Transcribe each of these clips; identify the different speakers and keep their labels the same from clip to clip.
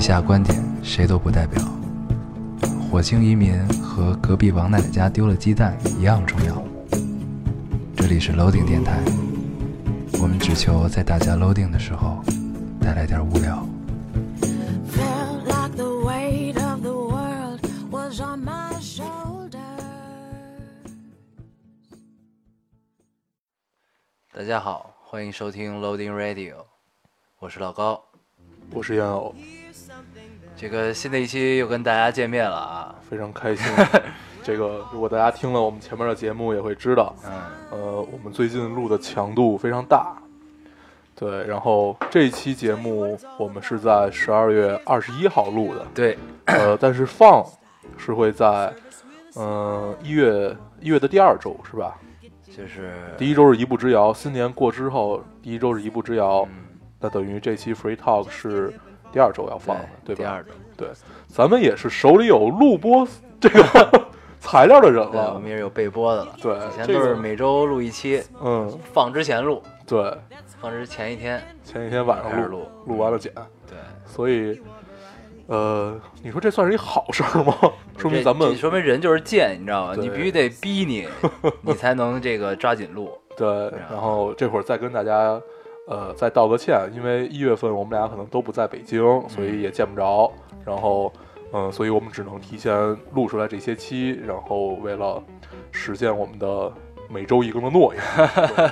Speaker 1: 下观点谁都不代表。火星移民和隔壁王奶奶家丢了鸡蛋一样重要。这里是 Loading 电台，我们只求在大家 Loading 的时候带来点无聊。
Speaker 2: Felt like the weight of the world was on my shoulders.
Speaker 1: 大家好，欢迎收听 Loading Radio，我是老高。
Speaker 3: 我是烟偶，
Speaker 1: 这个新的一期又跟大家见面了啊，
Speaker 3: 非常 开心。这个如果大家听了我们前面的节目，也会知道，
Speaker 1: 嗯，
Speaker 3: 呃，我们最近录的强度非常大。对，然后这一期节目我们是在十二月二十一号录的，
Speaker 1: 对，
Speaker 3: 呃，但是放是会在，嗯一月一月的第二周是吧？
Speaker 1: 就是
Speaker 3: 第一周是一步之遥，新年过之后第一周是一步之遥，
Speaker 1: 嗯
Speaker 3: 那等于这期 Free Talk 是第二周要放的，
Speaker 1: 对
Speaker 3: 对吧？
Speaker 1: 第二周，
Speaker 3: 对，咱们也是手里有录播 这个材料的人
Speaker 1: 对，我
Speaker 3: 了
Speaker 1: 们。也是有备播的了。
Speaker 3: 对
Speaker 1: 以前
Speaker 3: 啊这
Speaker 1: 都是
Speaker 3: 个
Speaker 1: 每周录一期，
Speaker 3: 嗯，
Speaker 1: 放之前录，
Speaker 3: 对，
Speaker 1: 放之前一天
Speaker 3: 前几天晚
Speaker 1: 开始
Speaker 3: 上
Speaker 1: 录
Speaker 3: 录，录完了剪，
Speaker 1: 对，
Speaker 3: 所以，呃，你说这算是一好事儿吗？说明
Speaker 1: 这
Speaker 3: 咱们
Speaker 1: 这说明人就是贱，你知道吗？
Speaker 3: 对
Speaker 1: 你必须得逼 你，你才能这个抓紧录。
Speaker 3: 对，然后这会儿再跟大家，呃，再道个歉，因为一月份我们俩可能都不在北京，所
Speaker 1: 嗯
Speaker 3: 以也见不着，然后，嗯、所以我们只能提前录出来这些期，然后为了实现我们的每周一更的 诺言，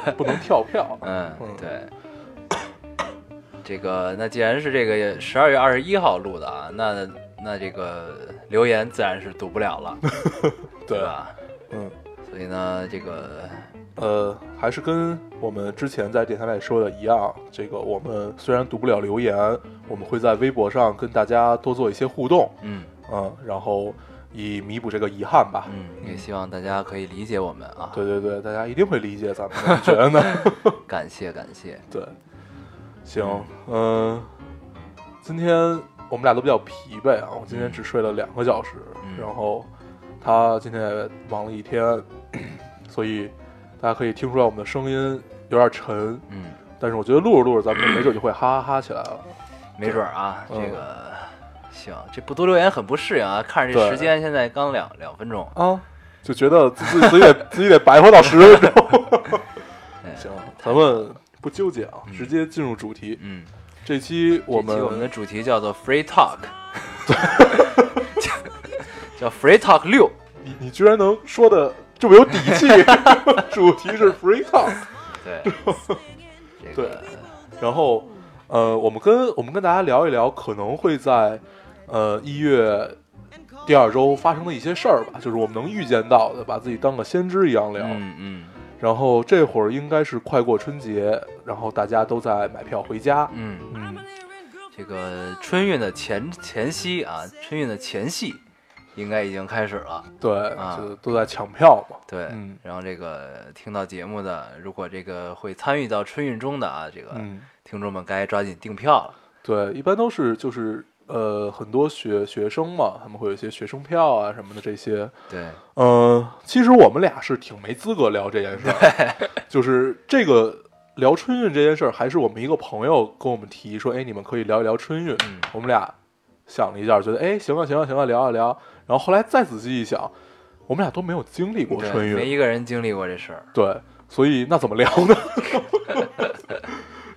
Speaker 3: 对不能跳票。
Speaker 1: 嗯
Speaker 3: 嗯，
Speaker 1: 对。这个，那既然是这个十二月二十一号录的啊，那那这个留言自然是读不了了，对
Speaker 3: 对，
Speaker 1: 吧？
Speaker 3: 嗯，
Speaker 1: 所以呢，这个
Speaker 3: 呃，还是跟我们之前在电台里说的一样，这个我们虽然读不了留言，我们会在微博上跟大家多做一些互动，
Speaker 1: 嗯
Speaker 3: 嗯，然后以弥补这个遗憾吧。
Speaker 1: 嗯，也希望大家可以理解我们啊，
Speaker 3: 对对对，大家一定会理解咱们的，你觉 得呢？
Speaker 1: 感谢感谢，
Speaker 3: 对，行，嗯、今天我们俩都比较疲惫啊，我今天只睡了两个小时，
Speaker 1: 嗯
Speaker 3: 然后他今天也忙了一天，所以大家可以听出来我们的声音有点沉，
Speaker 1: 嗯，
Speaker 3: 但是我觉得录着录着，咱们没准就会哈哈哈起来了。
Speaker 1: 没准儿啊，这
Speaker 3: 嗯
Speaker 1: 个行，这不读留言很不适应啊，看着这
Speaker 3: 对
Speaker 1: 时间现在刚两两分钟，
Speaker 3: 啊，就觉得自己自己得 自己得白活到十分钟。
Speaker 1: 哎
Speaker 3: 行，咱们不纠结啊，直接进入主题。
Speaker 1: 嗯，
Speaker 3: 这期我
Speaker 1: 这期
Speaker 3: 们
Speaker 1: 我们的主题叫做 Free Talk，叫 Free Talk 六，
Speaker 3: 你你居然能说的这么有底气， 主题是 free talk。
Speaker 1: 对，这
Speaker 3: 对
Speaker 1: 个
Speaker 3: 然后，呃，我们跟我们跟大家聊一聊可能会在呃一月第二周发生的一些事儿吧，就是我们能预见到的，把自己当个先知一样聊。
Speaker 1: 嗯嗯
Speaker 3: 然后这会儿应该是快过春节，然后大家都在买票回家。
Speaker 1: 嗯，
Speaker 3: 嗯，
Speaker 1: 这个春运的前前夕啊，春运的前戏应该已经开始了。
Speaker 3: 对，
Speaker 1: 啊
Speaker 3: 就都在抢票嘛。
Speaker 1: 对，
Speaker 3: 嗯
Speaker 1: 然后这个听到节目的，如果这个会参与到春运中的啊，这个
Speaker 3: 嗯，
Speaker 1: 听众们该抓紧订票了。
Speaker 3: 对，一般都是就是呃很多学学生嘛，他们会有一些学生票啊什么的这些。
Speaker 1: 对，
Speaker 3: 嗯，其实我们俩是挺没资格聊这件事儿， 就是这个聊春运这件事儿，还是我们一个朋友跟我们提说，哎，你们可以聊一聊春运。
Speaker 1: 嗯
Speaker 3: 我们俩想了一下，觉得哎，行啊，行啊，行啊，聊啊聊。然后后来再仔细一想，我们俩都没有经历过
Speaker 1: 对
Speaker 3: 春
Speaker 1: 没
Speaker 3: 运，
Speaker 1: 一个人经历过这事儿。
Speaker 3: 对，所以那怎么聊呢？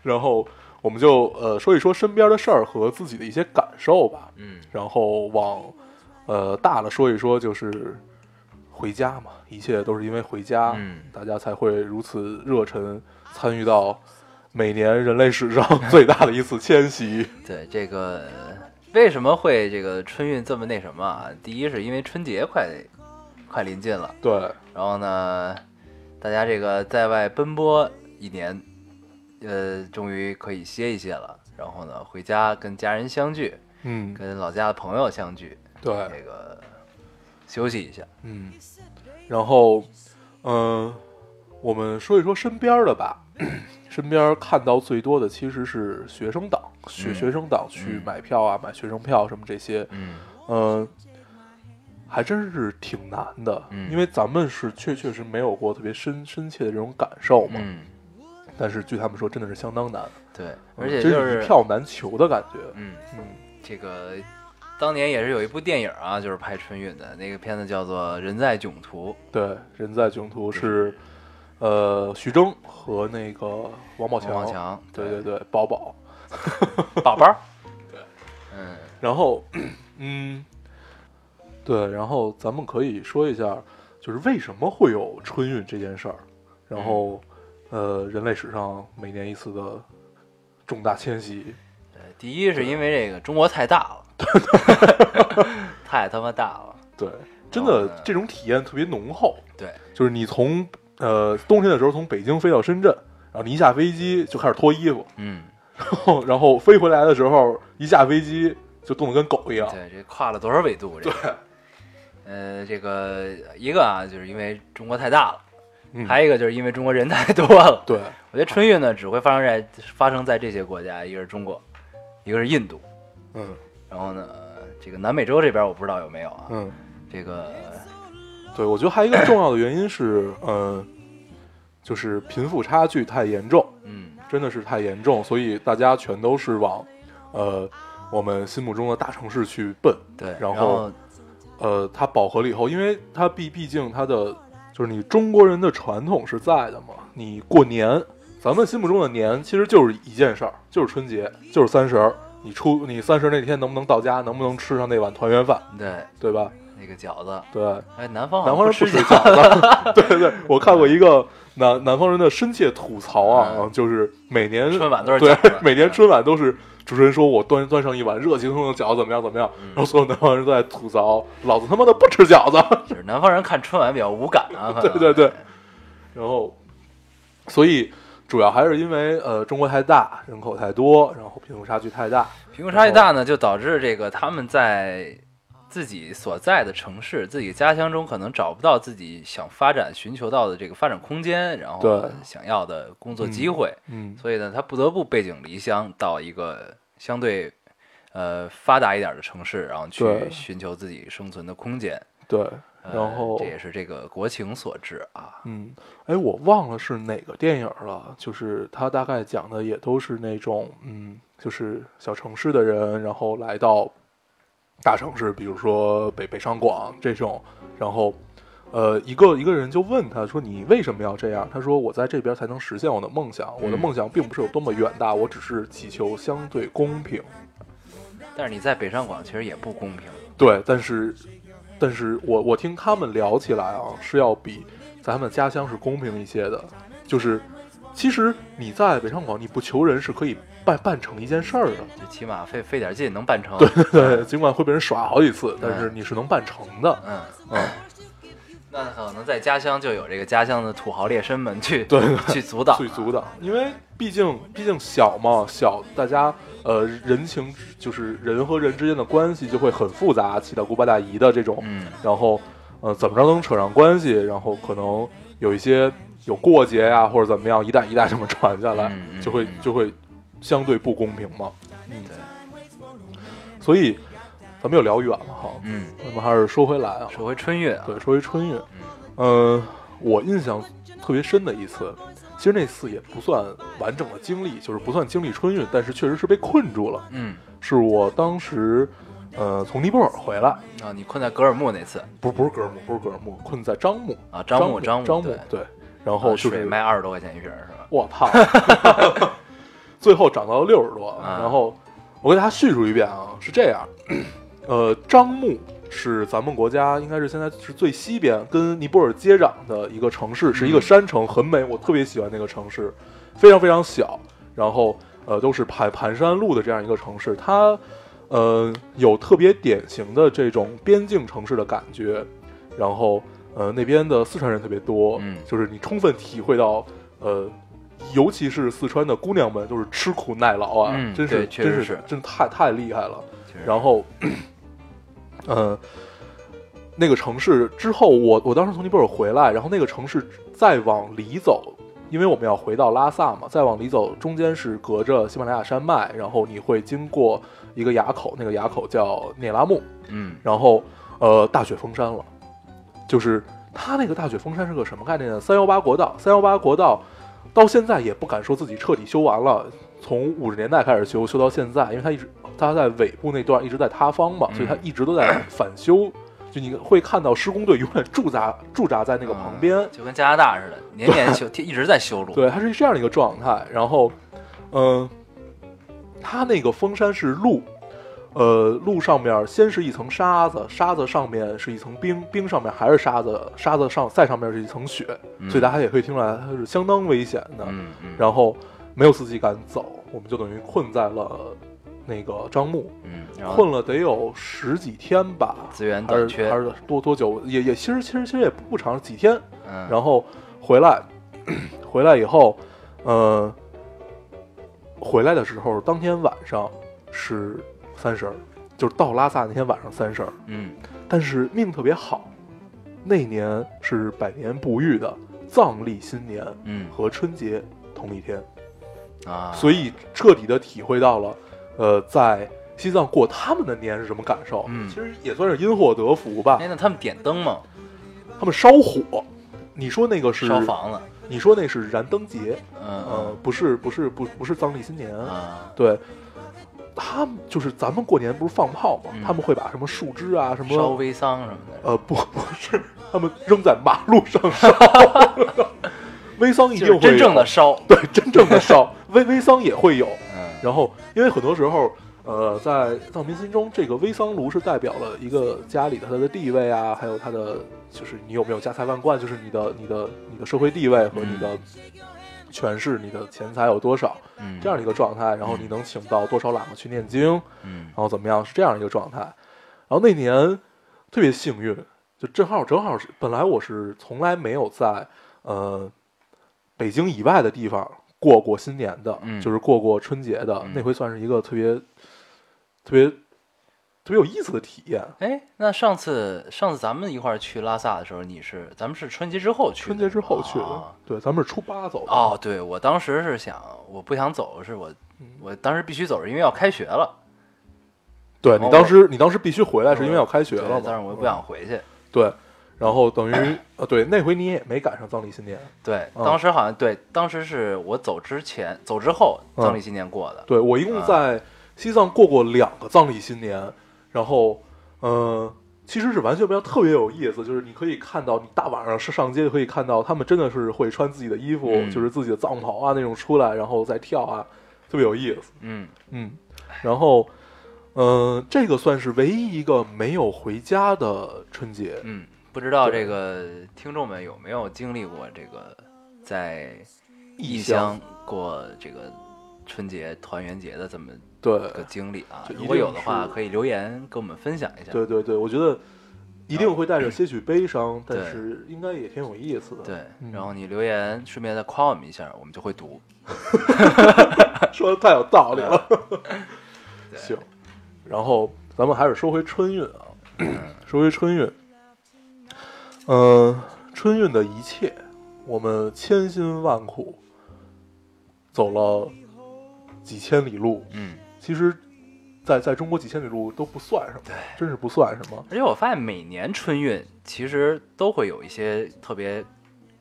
Speaker 3: 然后我们就呃说一说身边的事儿和自己的一些感受吧，
Speaker 1: 嗯，
Speaker 3: 然后往呃大了说一说，就是回家嘛，一切都是因为回家，
Speaker 1: 嗯
Speaker 3: 大家才会如此热忱参与到每年人类史上最大的一次迁 徙。
Speaker 1: 对，这个为什么会这个春运这么那什么啊？第一是因为春节快快临近了，
Speaker 3: 对，
Speaker 1: 然后呢，大家这个在外奔波一年，呃，终于可以歇一歇了。然后呢，回家跟家人相聚，
Speaker 3: 嗯，
Speaker 1: 跟老家的朋友相聚，
Speaker 3: 对，
Speaker 1: 这个休息一下。
Speaker 3: 嗯，然后，嗯、我们说一说身边儿的吧。 身边儿看到最多的其实是学生党，学、
Speaker 1: 嗯
Speaker 3: 学生党去
Speaker 1: 嗯
Speaker 3: 买票啊，买学生票什么这些，
Speaker 1: 嗯
Speaker 3: 嗯，还真是挺难的，
Speaker 1: 嗯
Speaker 3: 因为咱们是确确实没有过特别深深切的这种感受嘛。
Speaker 1: 嗯，
Speaker 3: 但是据他们说，真的是相当难，
Speaker 1: 对，而且
Speaker 3: 嗯真
Speaker 1: 就是
Speaker 3: 一票难求的感觉。
Speaker 1: 嗯，
Speaker 3: 嗯，
Speaker 1: 这个当年也是有一部电影啊，就是拍春运的那个片子叫做《人在囧途》，
Speaker 3: 对，人在囧途是，呃，徐峥和那个王宝强，
Speaker 1: 王宝强
Speaker 3: 对
Speaker 1: 对
Speaker 3: 对，宝宝。
Speaker 1: 宝宝。嗯，
Speaker 3: 然后， 嗯，对，然后咱们可以说一下，就是为什么会有春运这件事儿，然
Speaker 1: 嗯
Speaker 3: 后，呃，人类史上每年一次的重大迁徙，
Speaker 1: 对，呃第一是因为这个中国太大了， 太他妈大了。
Speaker 3: 对，真
Speaker 1: 然后
Speaker 3: 的
Speaker 1: 呢
Speaker 3: 这种体验特别浓厚，
Speaker 1: 对，
Speaker 3: 就是你从呃冬天的时候从北京飞到深圳，然后你一下飞机就开始脱衣服，
Speaker 1: 嗯，
Speaker 3: 然后飞回来的时候，一下飞机就冻得跟狗一样。
Speaker 1: 对，这跨了多少纬度？这个，呃，这个一个啊，就是因为中国太大了，
Speaker 3: 嗯
Speaker 1: 还有一个就是因为中国人太多了。
Speaker 3: 对
Speaker 1: 我觉得春运呢，只会发生在发生在这些国家，一个是中国，一个是印度，
Speaker 3: 嗯
Speaker 1: 然后呢，这个南美洲这边我不知道有没有啊。
Speaker 3: 嗯，
Speaker 1: 这个
Speaker 3: 对，我觉得还有一个重要的原因是，呃，就是贫富差距太严重，
Speaker 1: 嗯，
Speaker 3: 真的是太严重，所以大家全都是往，呃，我们心目中的大城市去奔。
Speaker 1: 对，
Speaker 3: 然后
Speaker 1: 后
Speaker 3: 呃，它饱和了以后，因为它毕毕竟它的就是你中国人的传统是在的嘛，你过年，咱们心目中的年其实就是一件事儿，就是春节，就是三十儿。你出你三十那天能不能到家，能不能吃上那碗团圆饭，
Speaker 1: 对
Speaker 3: 对吧？
Speaker 1: 那个饺子，
Speaker 3: 对，
Speaker 1: 哎，南方好
Speaker 3: 南
Speaker 1: 像
Speaker 3: 方人
Speaker 1: 吃
Speaker 3: 不吃
Speaker 1: 饺
Speaker 3: 饺 子，对对对，我看过一个南南方人的深切吐槽啊
Speaker 1: 嗯，
Speaker 3: 就是每年
Speaker 1: 春晚都是
Speaker 3: 对
Speaker 1: 饺子，
Speaker 3: 每年春晚都是主持人说我端端上一碗热气腾腾的饺子怎么样怎么样，
Speaker 1: 嗯
Speaker 3: 然后所有南方人都在吐槽老子他妈的不吃饺子，
Speaker 1: 就是南方人看春晚比较无感 啊，可能
Speaker 3: 对 对对，然后，所以主要还是因为呃中国太大，人口太多，然后贫富差距太大。
Speaker 1: 贫富差距大呢，
Speaker 3: 哦
Speaker 1: 就导致这个他们在自己所在的城市、自己家乡中，可能找不到自己想发展、寻求到的这个发展空间，然后
Speaker 3: 对
Speaker 1: 想要的工作机会，
Speaker 3: 嗯，
Speaker 1: 所以呢，他不得不背井离乡，到一个相对呃发达一点的城市，然后去
Speaker 3: 对
Speaker 1: 寻求自己生存的空间。
Speaker 3: 对，
Speaker 1: 呃
Speaker 3: 然后
Speaker 1: 这也是这个国情所致啊。
Speaker 3: 嗯，哎，我忘了是哪个电影了，就是它大概讲的也都是那种嗯，就是小城市的人，然后来到大城市，比如说北北上广这种，然后。呃，一个一个人就问他说：“你为什么要这样？”他说：“我在这边才能实现我的梦想。我的
Speaker 1: 嗯
Speaker 3: 梦想并不是有多么远大，我只是祈求相对公平。”
Speaker 1: 但是你在北上广其实也不公平，
Speaker 3: 对，但是，但是我我听他们聊起来啊，是要比在他们家乡是公平一些的。就是，其实你在北上广你不求人是可以办办成一件事儿的。
Speaker 1: 就起码费费点劲能办成。
Speaker 3: 对，尽管会被人耍好几次，但是你是能办成的。
Speaker 1: 嗯，
Speaker 3: 嗯，
Speaker 1: 那可能在家乡就有这个家乡的土豪劣绅们去
Speaker 3: 对对
Speaker 1: 去阻挡，
Speaker 3: 最足的，因为毕竟毕竟小嘛，小大家呃人情就是人和人之间的关系就会很复杂，七大姑八大姨的这种。
Speaker 1: 嗯，
Speaker 3: 然后呃怎么着能扯上关系，然后可能有一些有过节呀、或者怎么样，一代一代这么传下来，
Speaker 1: 嗯嗯
Speaker 3: 就会
Speaker 1: 嗯
Speaker 3: 就会相对不公平嘛。
Speaker 1: 对，
Speaker 3: 所以咱们又聊远了哈，
Speaker 1: 嗯，
Speaker 3: 咱们还是说回来啊，
Speaker 1: 说回春运啊，
Speaker 3: 对，说回春运，嗯、我印象特别深的一次。其实那次也不算完整的经历，就是不算经历春运，但是确实是被困住了。
Speaker 1: 嗯，
Speaker 3: 是我当时，呃，从尼泊尔回来，
Speaker 1: 啊，你困在格尔木那次
Speaker 3: 不是不是格尔木，不是格尔木，困在樟木，
Speaker 1: 啊，张木
Speaker 3: 张
Speaker 1: 木
Speaker 3: 张
Speaker 1: 对，
Speaker 3: 对，然后
Speaker 1: 啊
Speaker 3: 就
Speaker 1: 水
Speaker 3: 是
Speaker 1: 卖二十多块钱一瓶儿是吧？
Speaker 3: 我 操，最后涨到了六十多。
Speaker 1: 啊
Speaker 3: 然后我给大家叙述一遍啊，是这样，呃，樟木是咱们国家应该是现在是最西边跟尼泊尔接壤的一个城市，是一
Speaker 1: 嗯
Speaker 3: 个山城，很美，我特别喜欢那个城市，非常非常小，然后呃都是盘盘山路的这样一个城市，它呃有特别典型的这种边境城市的感觉，然后呃那边的四川人特别多，
Speaker 1: 嗯
Speaker 3: 就是你充分体会到呃。尤其是四川的姑娘们，都是吃苦耐劳啊，
Speaker 1: 嗯
Speaker 3: 真是
Speaker 1: 对确实
Speaker 3: 真
Speaker 1: 是
Speaker 3: 真太太厉害了。
Speaker 1: 其实
Speaker 3: 然后， 呃，那个城市之后，我我当时从尼泊尔回来，然后那个城市再往里走，因为我们要回到拉萨嘛，再往里走，中间是隔着喜马拉雅山脉，然后你会经过一个垭口，那个垭口叫聂拉木，
Speaker 1: 嗯，
Speaker 3: 然后呃大雪封山了，就是它那个大雪封山是个什么概念呢？三幺八国道，三幺八国道到现在也不敢说自己彻底修完了，从五十年代开始修，修到现在，因为它一直它在尾部那段一直在塌方嘛，所以它一直都在返修。就你会看到施工队永远驻扎驻扎在那个旁边，
Speaker 1: 嗯就跟加拿大似的，年年修，一直在修路。
Speaker 3: 对，它是这样的一个状态。然后，嗯、它那个封山是路，呃，路上面先是一层沙子，沙子上面是一层冰，冰上面还是沙子，沙子上再上面是一层雪，
Speaker 1: 嗯
Speaker 3: 所以大家也可以听出来它是相当危险的。
Speaker 1: 嗯嗯，
Speaker 3: 然后没有司机敢走，我们就等于困在了那个樟木，
Speaker 1: 嗯，然后
Speaker 3: 困了得有十几天吧，
Speaker 1: 资源
Speaker 3: 还
Speaker 1: 短
Speaker 3: 是
Speaker 1: 缺
Speaker 3: 还，是多多久？也也其实其实其实也不长，几天。
Speaker 1: 嗯，
Speaker 3: 然后回来，回来以后，呃，回来的时候当天晚上是三十儿，就是到拉萨那天晚上三十儿。
Speaker 1: 嗯，
Speaker 3: 但是命特别好，那年是百年不遇的藏历新年
Speaker 1: 嗯
Speaker 3: 和春节同一天，
Speaker 1: 啊，
Speaker 3: 所以彻底的体会到了，呃，在西藏过他们的年是什么感受。
Speaker 1: 嗯
Speaker 3: 其实也算是因祸得福吧
Speaker 1: 哎，。那他们点灯吗？
Speaker 3: 他们烧火，你说那个是
Speaker 1: 烧房子，
Speaker 3: 你说那是燃灯节，呃
Speaker 1: 嗯，
Speaker 3: 不是，不是，不不是藏历新年，
Speaker 1: 嗯啊，
Speaker 3: 对，他们就是咱们过年不是放炮吗？
Speaker 1: 嗯
Speaker 3: 他们会把什么树枝啊，什
Speaker 1: 烧
Speaker 3: 么
Speaker 1: 微桑什么的，
Speaker 3: 呃，不不是，他们扔在马路上 烧，微桑一
Speaker 1: 就
Speaker 3: 定会
Speaker 1: 是真正的
Speaker 3: 有
Speaker 1: 烧，
Speaker 3: 对真正的烧，微微桑也会有。
Speaker 1: 嗯
Speaker 3: 然后，因为很多时候，呃，在藏民心中，这个微桑炉是代表了一个家里的它的地位啊，还有它的就是你有没有家财万贯，就是你的你的你的社会地位和你的权势、你的钱财有多少
Speaker 1: 嗯，
Speaker 3: 这样的一个状态。然后你能请到多少喇嘛去念经，然
Speaker 1: 嗯
Speaker 3: 后怎么样是这样一个状态。然后那年特别幸运，就正好正好是本来我是从来没有在呃北京以外的地方过过新年的，
Speaker 1: 嗯
Speaker 3: 就是过过春节的，
Speaker 1: 嗯
Speaker 3: 那回算是一个特别特别特别有意思的体验。
Speaker 1: 哎，那上次上次咱们一块儿去拉萨的时候，你是咱们是春节之后去的
Speaker 3: 春
Speaker 1: 吗，
Speaker 3: 节之后去的，
Speaker 1: 啊
Speaker 3: 对，咱们是初八走的，
Speaker 1: 哦，对，我当时是想，我不想走，是我
Speaker 3: 嗯
Speaker 1: 我当时必须走，是因为要开学了，
Speaker 3: 对
Speaker 1: 哦
Speaker 3: 你当时你当时必须回来，是因为要开学
Speaker 1: 对
Speaker 3: 了嘛？嗯
Speaker 1: 但是我又不想回去。
Speaker 3: 对，然后等于呃，对，那回你也没赶上藏历新年，
Speaker 1: 对，
Speaker 3: 嗯
Speaker 1: 当时好像对，当时是我走之前、走之后，
Speaker 3: 嗯
Speaker 1: 藏历新年过的。
Speaker 3: 对我一共在西藏过过两个藏历新年，然后，呃，其实是完全不一样，特别有意思。就是你可以看到，你大晚上是上街就可以看到，他们真的是会穿自己的衣服，
Speaker 1: 嗯
Speaker 3: 就是自己的藏袍啊那种出来，然后再跳啊，特别有意思。
Speaker 1: 嗯
Speaker 3: 嗯，然后，呃，这个算是唯一一个没有回家的春节。
Speaker 1: 嗯，不知道
Speaker 3: 对
Speaker 1: 这个听众们有没有经历过这个在
Speaker 3: 异
Speaker 1: 异
Speaker 3: 乡
Speaker 1: 乡过这个春节团圆节的这么
Speaker 3: 对，
Speaker 1: 个经历啊？
Speaker 3: 这一
Speaker 1: 如果有
Speaker 3: 定
Speaker 1: 的话，
Speaker 3: 是
Speaker 1: 可以留言跟我们分享一下。
Speaker 3: 对对对，我觉得一定会带着些许悲伤，但
Speaker 1: 对
Speaker 3: 是应该也挺有意思的。
Speaker 1: 对
Speaker 3: 嗯
Speaker 1: 然后你留言顺便再夸我们一下，我们就会读。
Speaker 3: 说的太有道理了。
Speaker 1: 嗯 对
Speaker 3: 行，然后咱们还是说回春运啊，
Speaker 1: 嗯
Speaker 3: 说回春运。嗯、春运的一切，我们千辛万苦走了几千里路，
Speaker 1: 嗯，
Speaker 3: 其实在，在中国几千里路都不算什么，真是不算什么。
Speaker 1: 而且我发现每年春运其实都会有一些特别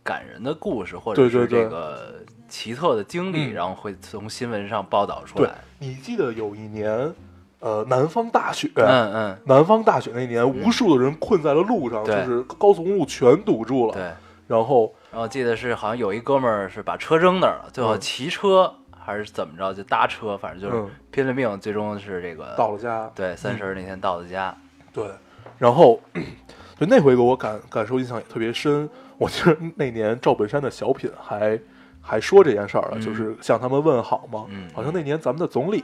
Speaker 1: 感人的故事，或者
Speaker 3: 对对
Speaker 1: 是
Speaker 3: 对
Speaker 1: 这个奇特的经历，
Speaker 3: 嗯
Speaker 1: 然后会从新闻上报道出
Speaker 3: 对
Speaker 1: 来。
Speaker 3: 你记得有一年，呃，南方大雪，
Speaker 1: 嗯嗯，
Speaker 3: 南方大雪那年，无数的人困在了路上，
Speaker 1: 对
Speaker 3: 就是高速公路全堵住
Speaker 1: 对。
Speaker 3: 了。然后
Speaker 1: 然后记得是好像有一哥们儿是把车扔那儿了，最后
Speaker 3: 嗯
Speaker 1: 骑车还是怎么着就搭车，反正就是
Speaker 3: 嗯
Speaker 1: 拼了命，最终是这个
Speaker 3: 到了家，
Speaker 1: 对三十儿那天到的家。
Speaker 3: 对，然后就那回给我感感受印象也特别深。我记得那年赵本山的小品还还说这件事儿了，
Speaker 1: 嗯
Speaker 3: 就是向他们问好嘛。
Speaker 1: 嗯
Speaker 3: 好像那年咱们的总理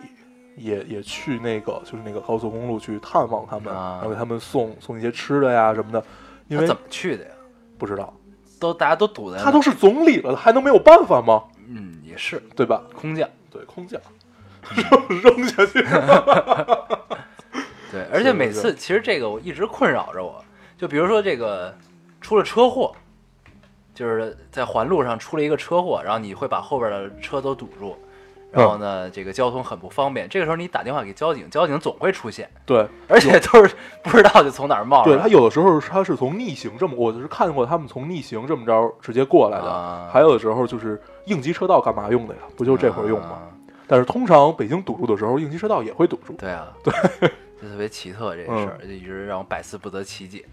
Speaker 3: 也也去那个就是那个高速公路去探望他们，
Speaker 1: 啊
Speaker 3: 然后给他们送送一些吃的呀什么的。因
Speaker 1: 他
Speaker 3: 为
Speaker 1: 怎么去的呀？
Speaker 3: 不知道
Speaker 1: 都大家都堵在那儿
Speaker 3: 他都是总理了，还能没有办法吗？
Speaker 1: 嗯也是
Speaker 3: 对吧？
Speaker 1: 空降。
Speaker 3: 对，空降 扔下去。
Speaker 1: 对，而且每
Speaker 3: 是
Speaker 1: 次其实这个我一直困扰着我，就比如说这个出了车祸，就是在环路上出了一个车祸，然后你会把后边的车都堵住，然
Speaker 3: 嗯
Speaker 1: 后呢，这个交通很不方便。这个时候你打电话给交警，交警总会出现，
Speaker 3: 对，
Speaker 1: 而且都是不知道就从哪儿冒出
Speaker 3: 对
Speaker 1: 来
Speaker 3: 他。有的时候是他是从逆行这么，我是看过他们从逆行这么着直接过来的，
Speaker 1: 啊
Speaker 3: 还有的时候就是应急车道干嘛用的呀？不就这会儿用吗？
Speaker 1: 啊
Speaker 3: 但是通常北京堵住的时候，应急车道也会堵住，
Speaker 1: 对啊，对，就特别奇特这个事儿，
Speaker 3: 嗯
Speaker 1: 就一直让我百思不得其解。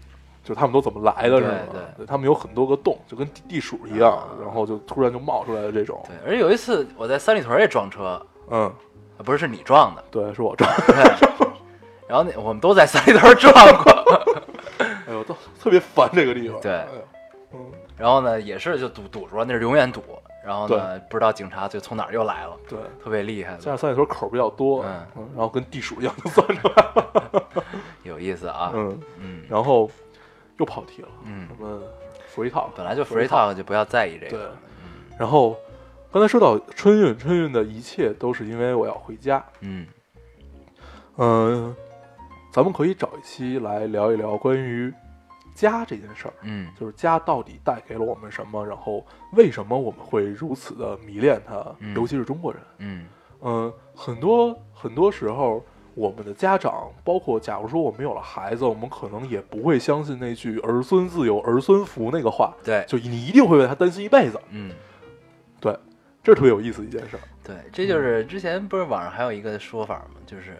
Speaker 3: 就是他们都怎么来的，是
Speaker 1: 对
Speaker 3: 吗？
Speaker 1: 对啊
Speaker 3: 他们有很多个洞，就跟地地鼠一样，然后就突然就冒出来了这种。
Speaker 1: 对，而且有一次我在三里屯也撞车，
Speaker 3: 嗯，
Speaker 1: 啊不是是你撞的，
Speaker 3: 对，是我撞，
Speaker 1: 对然后那我们都在三里屯撞过，
Speaker 3: 哎呦，都特别烦这个地方。
Speaker 1: 对
Speaker 3: 哎呦嗯，
Speaker 1: 然后呢也是就堵堵住了，那是永远堵。然后呢，不知道警察就从哪儿又来了，
Speaker 3: 对，
Speaker 1: 特别厉害
Speaker 3: 加上三里屯口比较多，
Speaker 1: 嗯
Speaker 3: 然后跟地鼠一样就钻出来了。
Speaker 1: 有意思啊。
Speaker 3: 嗯，
Speaker 1: 嗯
Speaker 3: 然后又跑题了，
Speaker 1: 嗯
Speaker 3: 什么 free talk，
Speaker 1: 本来就 free talk 就不要在意这
Speaker 3: 对
Speaker 1: 个。，嗯
Speaker 3: 然后刚才说到春运，春运的一切都是因为我要回家。
Speaker 1: 嗯，
Speaker 3: 嗯，咱们可以找一期来聊一聊关于家这件事儿，
Speaker 1: 嗯
Speaker 3: 就是家到底带给了我们什么，然后为什么我们会如此的迷恋它，
Speaker 1: 嗯
Speaker 3: 尤其是中国人。
Speaker 1: 嗯
Speaker 3: 嗯，很多很多时候，我们的家长，包括假如说我们有了孩子，我们可能也不会相信那句“儿孙自有儿孙福”那个话，
Speaker 1: 对，
Speaker 3: 就你一定会为他担心一辈子。
Speaker 1: 嗯
Speaker 3: 对，这是特别有意思的一件事儿。
Speaker 1: 对，这
Speaker 3: 嗯
Speaker 1: 就是之前不是网上还有一个说法吗？就是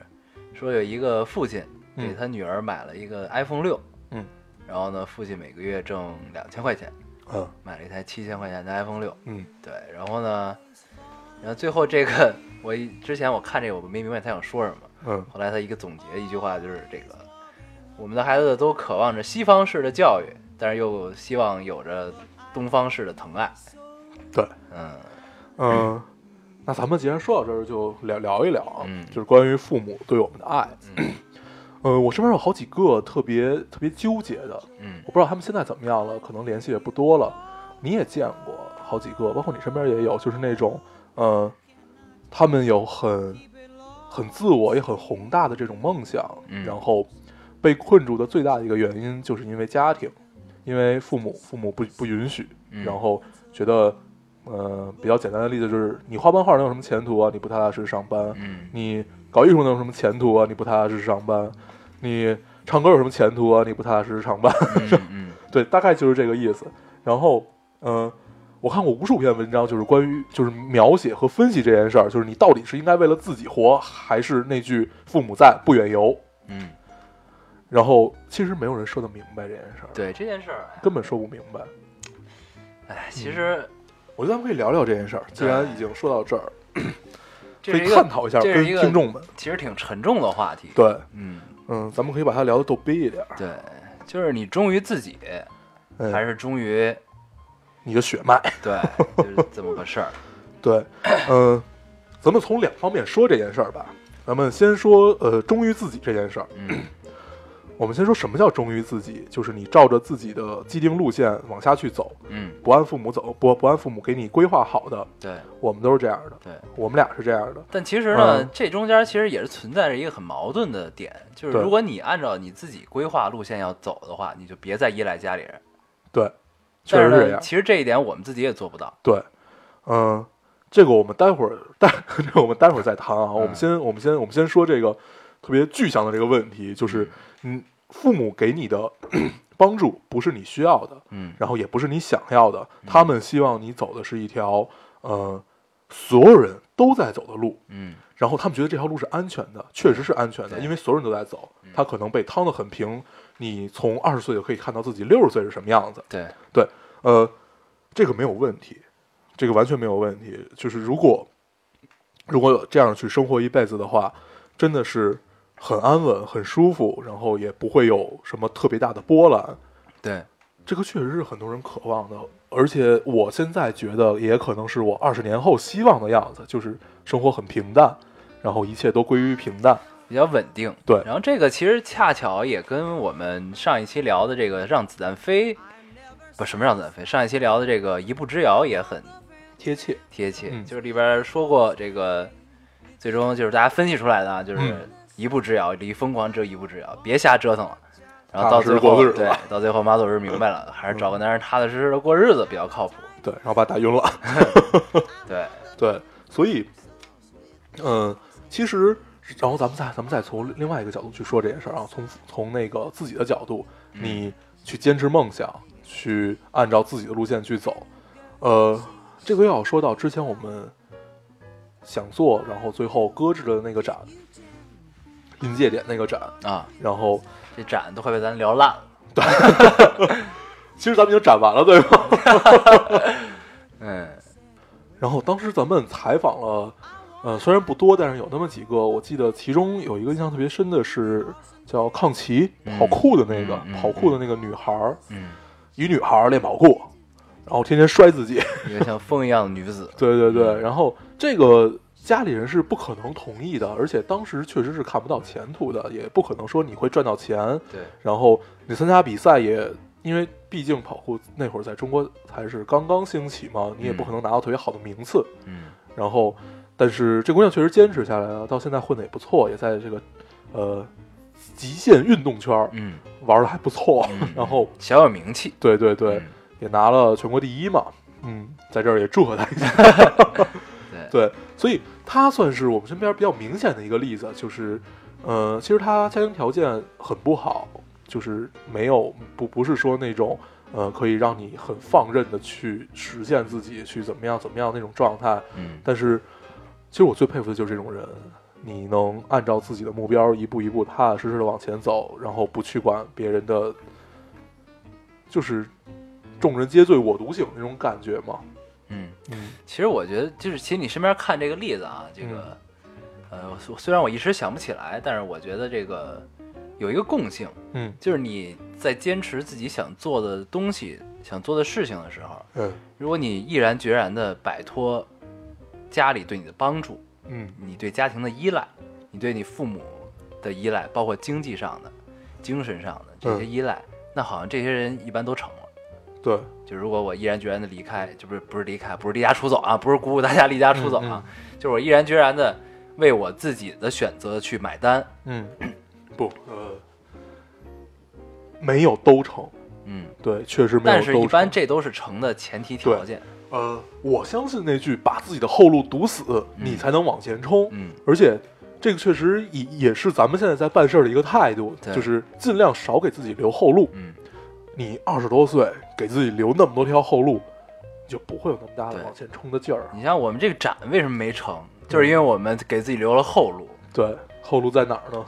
Speaker 1: 说有一个父亲给
Speaker 3: 嗯
Speaker 1: 他女儿买了一个 iPhone 六，
Speaker 3: 嗯，
Speaker 1: 然后呢，父亲每个月挣两千块钱，
Speaker 3: 嗯
Speaker 1: 买了一台七千块钱的 iPhone 六，
Speaker 3: 嗯
Speaker 1: 对，然后呢，然后最后这个我一之前我看这个我没明白他想说什么，
Speaker 3: 嗯
Speaker 1: 后来他一个总结一句话就是这个，我们的孩子都渴望着西方式的教育，但是又希望有着东方式的疼爱，
Speaker 3: 对，
Speaker 1: 嗯
Speaker 3: 嗯，那咱们既然说到这儿，就聊聊一聊啊，
Speaker 1: 嗯
Speaker 3: 就是关于父母对我们的爱。
Speaker 1: 嗯
Speaker 3: 呃，我身边有好几个特别特别纠结的，
Speaker 1: 嗯
Speaker 3: 我不知道他们现在怎么样了，可能联系也不多了。你也见过好几个，包括你身边也有，就是那种，呃，他们有很很自我也很宏大的这种梦想，
Speaker 1: 嗯
Speaker 3: 然后被困住的最大的一个原因，就是因为家庭，因为父母父母不不允许，
Speaker 1: 嗯
Speaker 3: 然后觉得，呃，比较简单的例子就是，你画漫画能有什么前途啊？你不踏踏实实上班，
Speaker 1: 嗯
Speaker 3: 你搞艺术能有什么前途啊？你不踏踏实实上班，你唱歌有什么前途啊？你不踏踏实实上班，
Speaker 1: 嗯嗯
Speaker 3: 对，大概就是这个意思。然后，嗯、我看过无数篇文章，就是关于就是描写和分析这件事儿，就是你到底是应该为了自己活，还是那句“父母在，不远游
Speaker 1: 嗯，”。
Speaker 3: 然后，其实没有人说得明白这件事儿，
Speaker 1: 对这件事儿，
Speaker 3: 根本说不明白。
Speaker 1: 哎，其实
Speaker 3: 我觉得咱们可以聊聊这件事儿，既然已经说到这儿，
Speaker 1: 这
Speaker 3: 可
Speaker 1: 是
Speaker 3: 以
Speaker 1: 一
Speaker 3: 探
Speaker 1: 个
Speaker 3: 讨一下
Speaker 1: 这
Speaker 3: 跟
Speaker 1: 是一个
Speaker 3: 听众们。
Speaker 1: 其实挺沉重的话题，，
Speaker 3: 对，
Speaker 1: 嗯
Speaker 3: 嗯，咱们可以把它聊得逗逼一点儿。
Speaker 1: 对，就是你忠于自己，
Speaker 3: 嗯
Speaker 1: 还是忠于
Speaker 3: 你的血脉。
Speaker 1: 对，就是这么个事儿。
Speaker 3: 对，嗯、咱们从两方面说这件事儿吧。咱们先说，呃，忠于自己这件事儿。
Speaker 1: 嗯
Speaker 3: 我们先说什么叫忠于自己，就是你照着自己的既定路线往下去走，
Speaker 1: 嗯，
Speaker 3: 不按父母走，不不按父母给你规划好的。
Speaker 1: 对
Speaker 3: 我们都是这样的，
Speaker 1: 对。
Speaker 3: 我们俩是这样的。
Speaker 1: 但其实呢，
Speaker 3: 嗯
Speaker 1: 这中间其实也是存在着一个很矛盾的点，就是
Speaker 3: 对
Speaker 1: 如果你按照你自己规划路线要走的话，你就别再依赖家里人。
Speaker 3: 对，确
Speaker 1: 但
Speaker 3: 实
Speaker 1: 是
Speaker 3: 是这
Speaker 1: 呢，
Speaker 3: 样。
Speaker 1: 其实这一点我们自己也做不到。
Speaker 3: 对，嗯、这个我们待会儿，待 这个我们待会儿再谈啊。我们先，我们先，我们先说这个特别具象的这个问题，就是，嗯，父母给你的 帮助不是你需要的，
Speaker 1: 嗯
Speaker 3: 然后也不是你想要的，他们希望你走的是一条，呃，所有人都在走的路，
Speaker 1: 嗯
Speaker 3: 然后他们觉得这条路是安全的，确实是安全的，
Speaker 1: 对
Speaker 3: 因为所有人都在走，他可能被趟得很平，你从二十岁就可以看到自己六十岁是什么样子，
Speaker 1: 对，
Speaker 3: 对，呃，这个没有问题，这个完全没有问题。就是如果如果这样去生活一辈子的话，真的是很安稳、很舒服，然后也不会有什么特别大的波澜。
Speaker 1: 对，
Speaker 3: 这个确实是很多人渴望的，而且我现在觉得也可能是我二十年后希望的样子，就是生活很平淡，然后一切都归于平淡。
Speaker 1: 比较稳定。
Speaker 3: 对
Speaker 1: 然后这个其实恰巧也跟我们上一期聊的这个让子弹飞，不什么让子弹飞，上一期聊的这个一步之遥也很
Speaker 3: 贴切，
Speaker 1: 贴切，
Speaker 3: 嗯
Speaker 1: 就是里边说过这个，最终就是大家分析出来的啊，就是
Speaker 3: 嗯
Speaker 1: 一步之遥，离疯狂只有一步之遥，别瞎折腾了。然后
Speaker 3: 踏
Speaker 1: 到
Speaker 3: 踏实
Speaker 1: 最
Speaker 3: 实
Speaker 1: 后
Speaker 3: 过，日子
Speaker 1: 对
Speaker 3: 吧，
Speaker 1: 到最后马总是明白 了，
Speaker 3: 嗯
Speaker 1: 还是找个男人踏踏实实的过日子比较靠谱。
Speaker 3: 对，然后把他打晕了。
Speaker 1: 对，
Speaker 3: 对，所以，嗯，其实，然后咱们再咱们再从另外一个角度去说这件事儿啊，从从那个自己的角度，你去坚持梦想，去按照自己的路线去走，呃，这个又要说到之前我们想做，然后最后搁置了那个展，临界点那个展，
Speaker 1: 啊，
Speaker 3: 然后
Speaker 1: 这展都快被咱聊烂了。
Speaker 3: 其实咱们已经展完了，对吧？
Speaker 1: 嗯
Speaker 3: 然后当时咱们采访了，呃，虽然不多，但是有那么几个，我记得其中有一个印象特别深的是叫抗奇
Speaker 1: 嗯
Speaker 3: 跑酷的那个
Speaker 1: 嗯嗯
Speaker 3: 跑酷的那个女孩儿，
Speaker 1: 嗯，
Speaker 3: 一女孩儿练跑酷，然后天天摔自己，
Speaker 1: 一个像风一样的女子
Speaker 3: 对对
Speaker 1: 嗯
Speaker 3: 对，然后这个家里人是不可能同意的，而且当时确实是看不到前途的，也不可能说你会赚到钱，
Speaker 1: 对，
Speaker 3: 然后你参加比赛也，因为毕竟跑酷那会儿在中国才是刚刚兴起嘛，你也不可能拿到特别好的名次。
Speaker 1: 嗯
Speaker 3: 然后，但是这姑娘确实坚持下来了，到现在混的也不错，也在这个呃极限运动圈儿
Speaker 1: 嗯，
Speaker 3: 玩的还不错。
Speaker 1: 嗯
Speaker 3: 然后，
Speaker 1: 小有名气。
Speaker 3: 对对对，
Speaker 1: 嗯
Speaker 3: 也拿了全国第一嘛。嗯，在这儿也祝贺她一 下。
Speaker 1: 对，
Speaker 3: 对，所以她算是我们身边比较明显的一个例子，就是，呃，其实她家庭条件很不好，就是没有不不是说那种，呃，可以让你很放任的去实现自己，去怎么样怎么样那种状态。
Speaker 1: 嗯
Speaker 3: 但是，其实我最佩服的就是这种人，你能按照自己的目标一步一步踏踏实实的往前走，然后不去管别人的，就是众人皆醉我独醒那种感觉嘛。
Speaker 1: 嗯，
Speaker 3: 嗯
Speaker 1: 其实我觉得就是，其实你身边看这个例子啊，这个，呃，虽虽然我一时想不起来，但是我觉得这个有一个共性，
Speaker 3: 嗯
Speaker 1: 就是你在坚持自己想做的东西、想做的事情的时候，
Speaker 3: 嗯
Speaker 1: 如果你毅然决然的摆脱家里对你的帮助，
Speaker 3: 嗯
Speaker 1: 你对家庭的依赖，你对你父母的依赖，包括经济上的、精神上的这些依赖，那好像这些人一般都成了。
Speaker 3: 对，
Speaker 1: 就如果我毅然决然的离开，就不是不是离开，不是离家出走啊，不是鼓舞大家离家出走
Speaker 3: 嗯
Speaker 1: 啊，就是我毅然决然的为我自己的选择去买单。
Speaker 3: 嗯，不，呃，没有都成，
Speaker 1: 嗯，
Speaker 3: 对，确实没有
Speaker 1: 但
Speaker 3: 都成。
Speaker 1: 是一般这都是成的前提条件。
Speaker 3: 呃，我相信那句“把自己的后路堵死，你才能往前冲”。
Speaker 1: 嗯，
Speaker 3: 而且这个确实也也是咱们现在在办事儿的一个态度，
Speaker 1: 对
Speaker 3: 就是尽量少给自己留后路。
Speaker 1: 嗯，
Speaker 3: 你二十多岁给自己留那么多条后路，你就不会有那么大的
Speaker 1: 对嗯
Speaker 3: 往前冲的劲儿。
Speaker 1: 你像我们这个展为什么没成，就是
Speaker 3: 嗯
Speaker 1: 因为我们给自己留了后路，
Speaker 3: 对，后路在哪儿呢？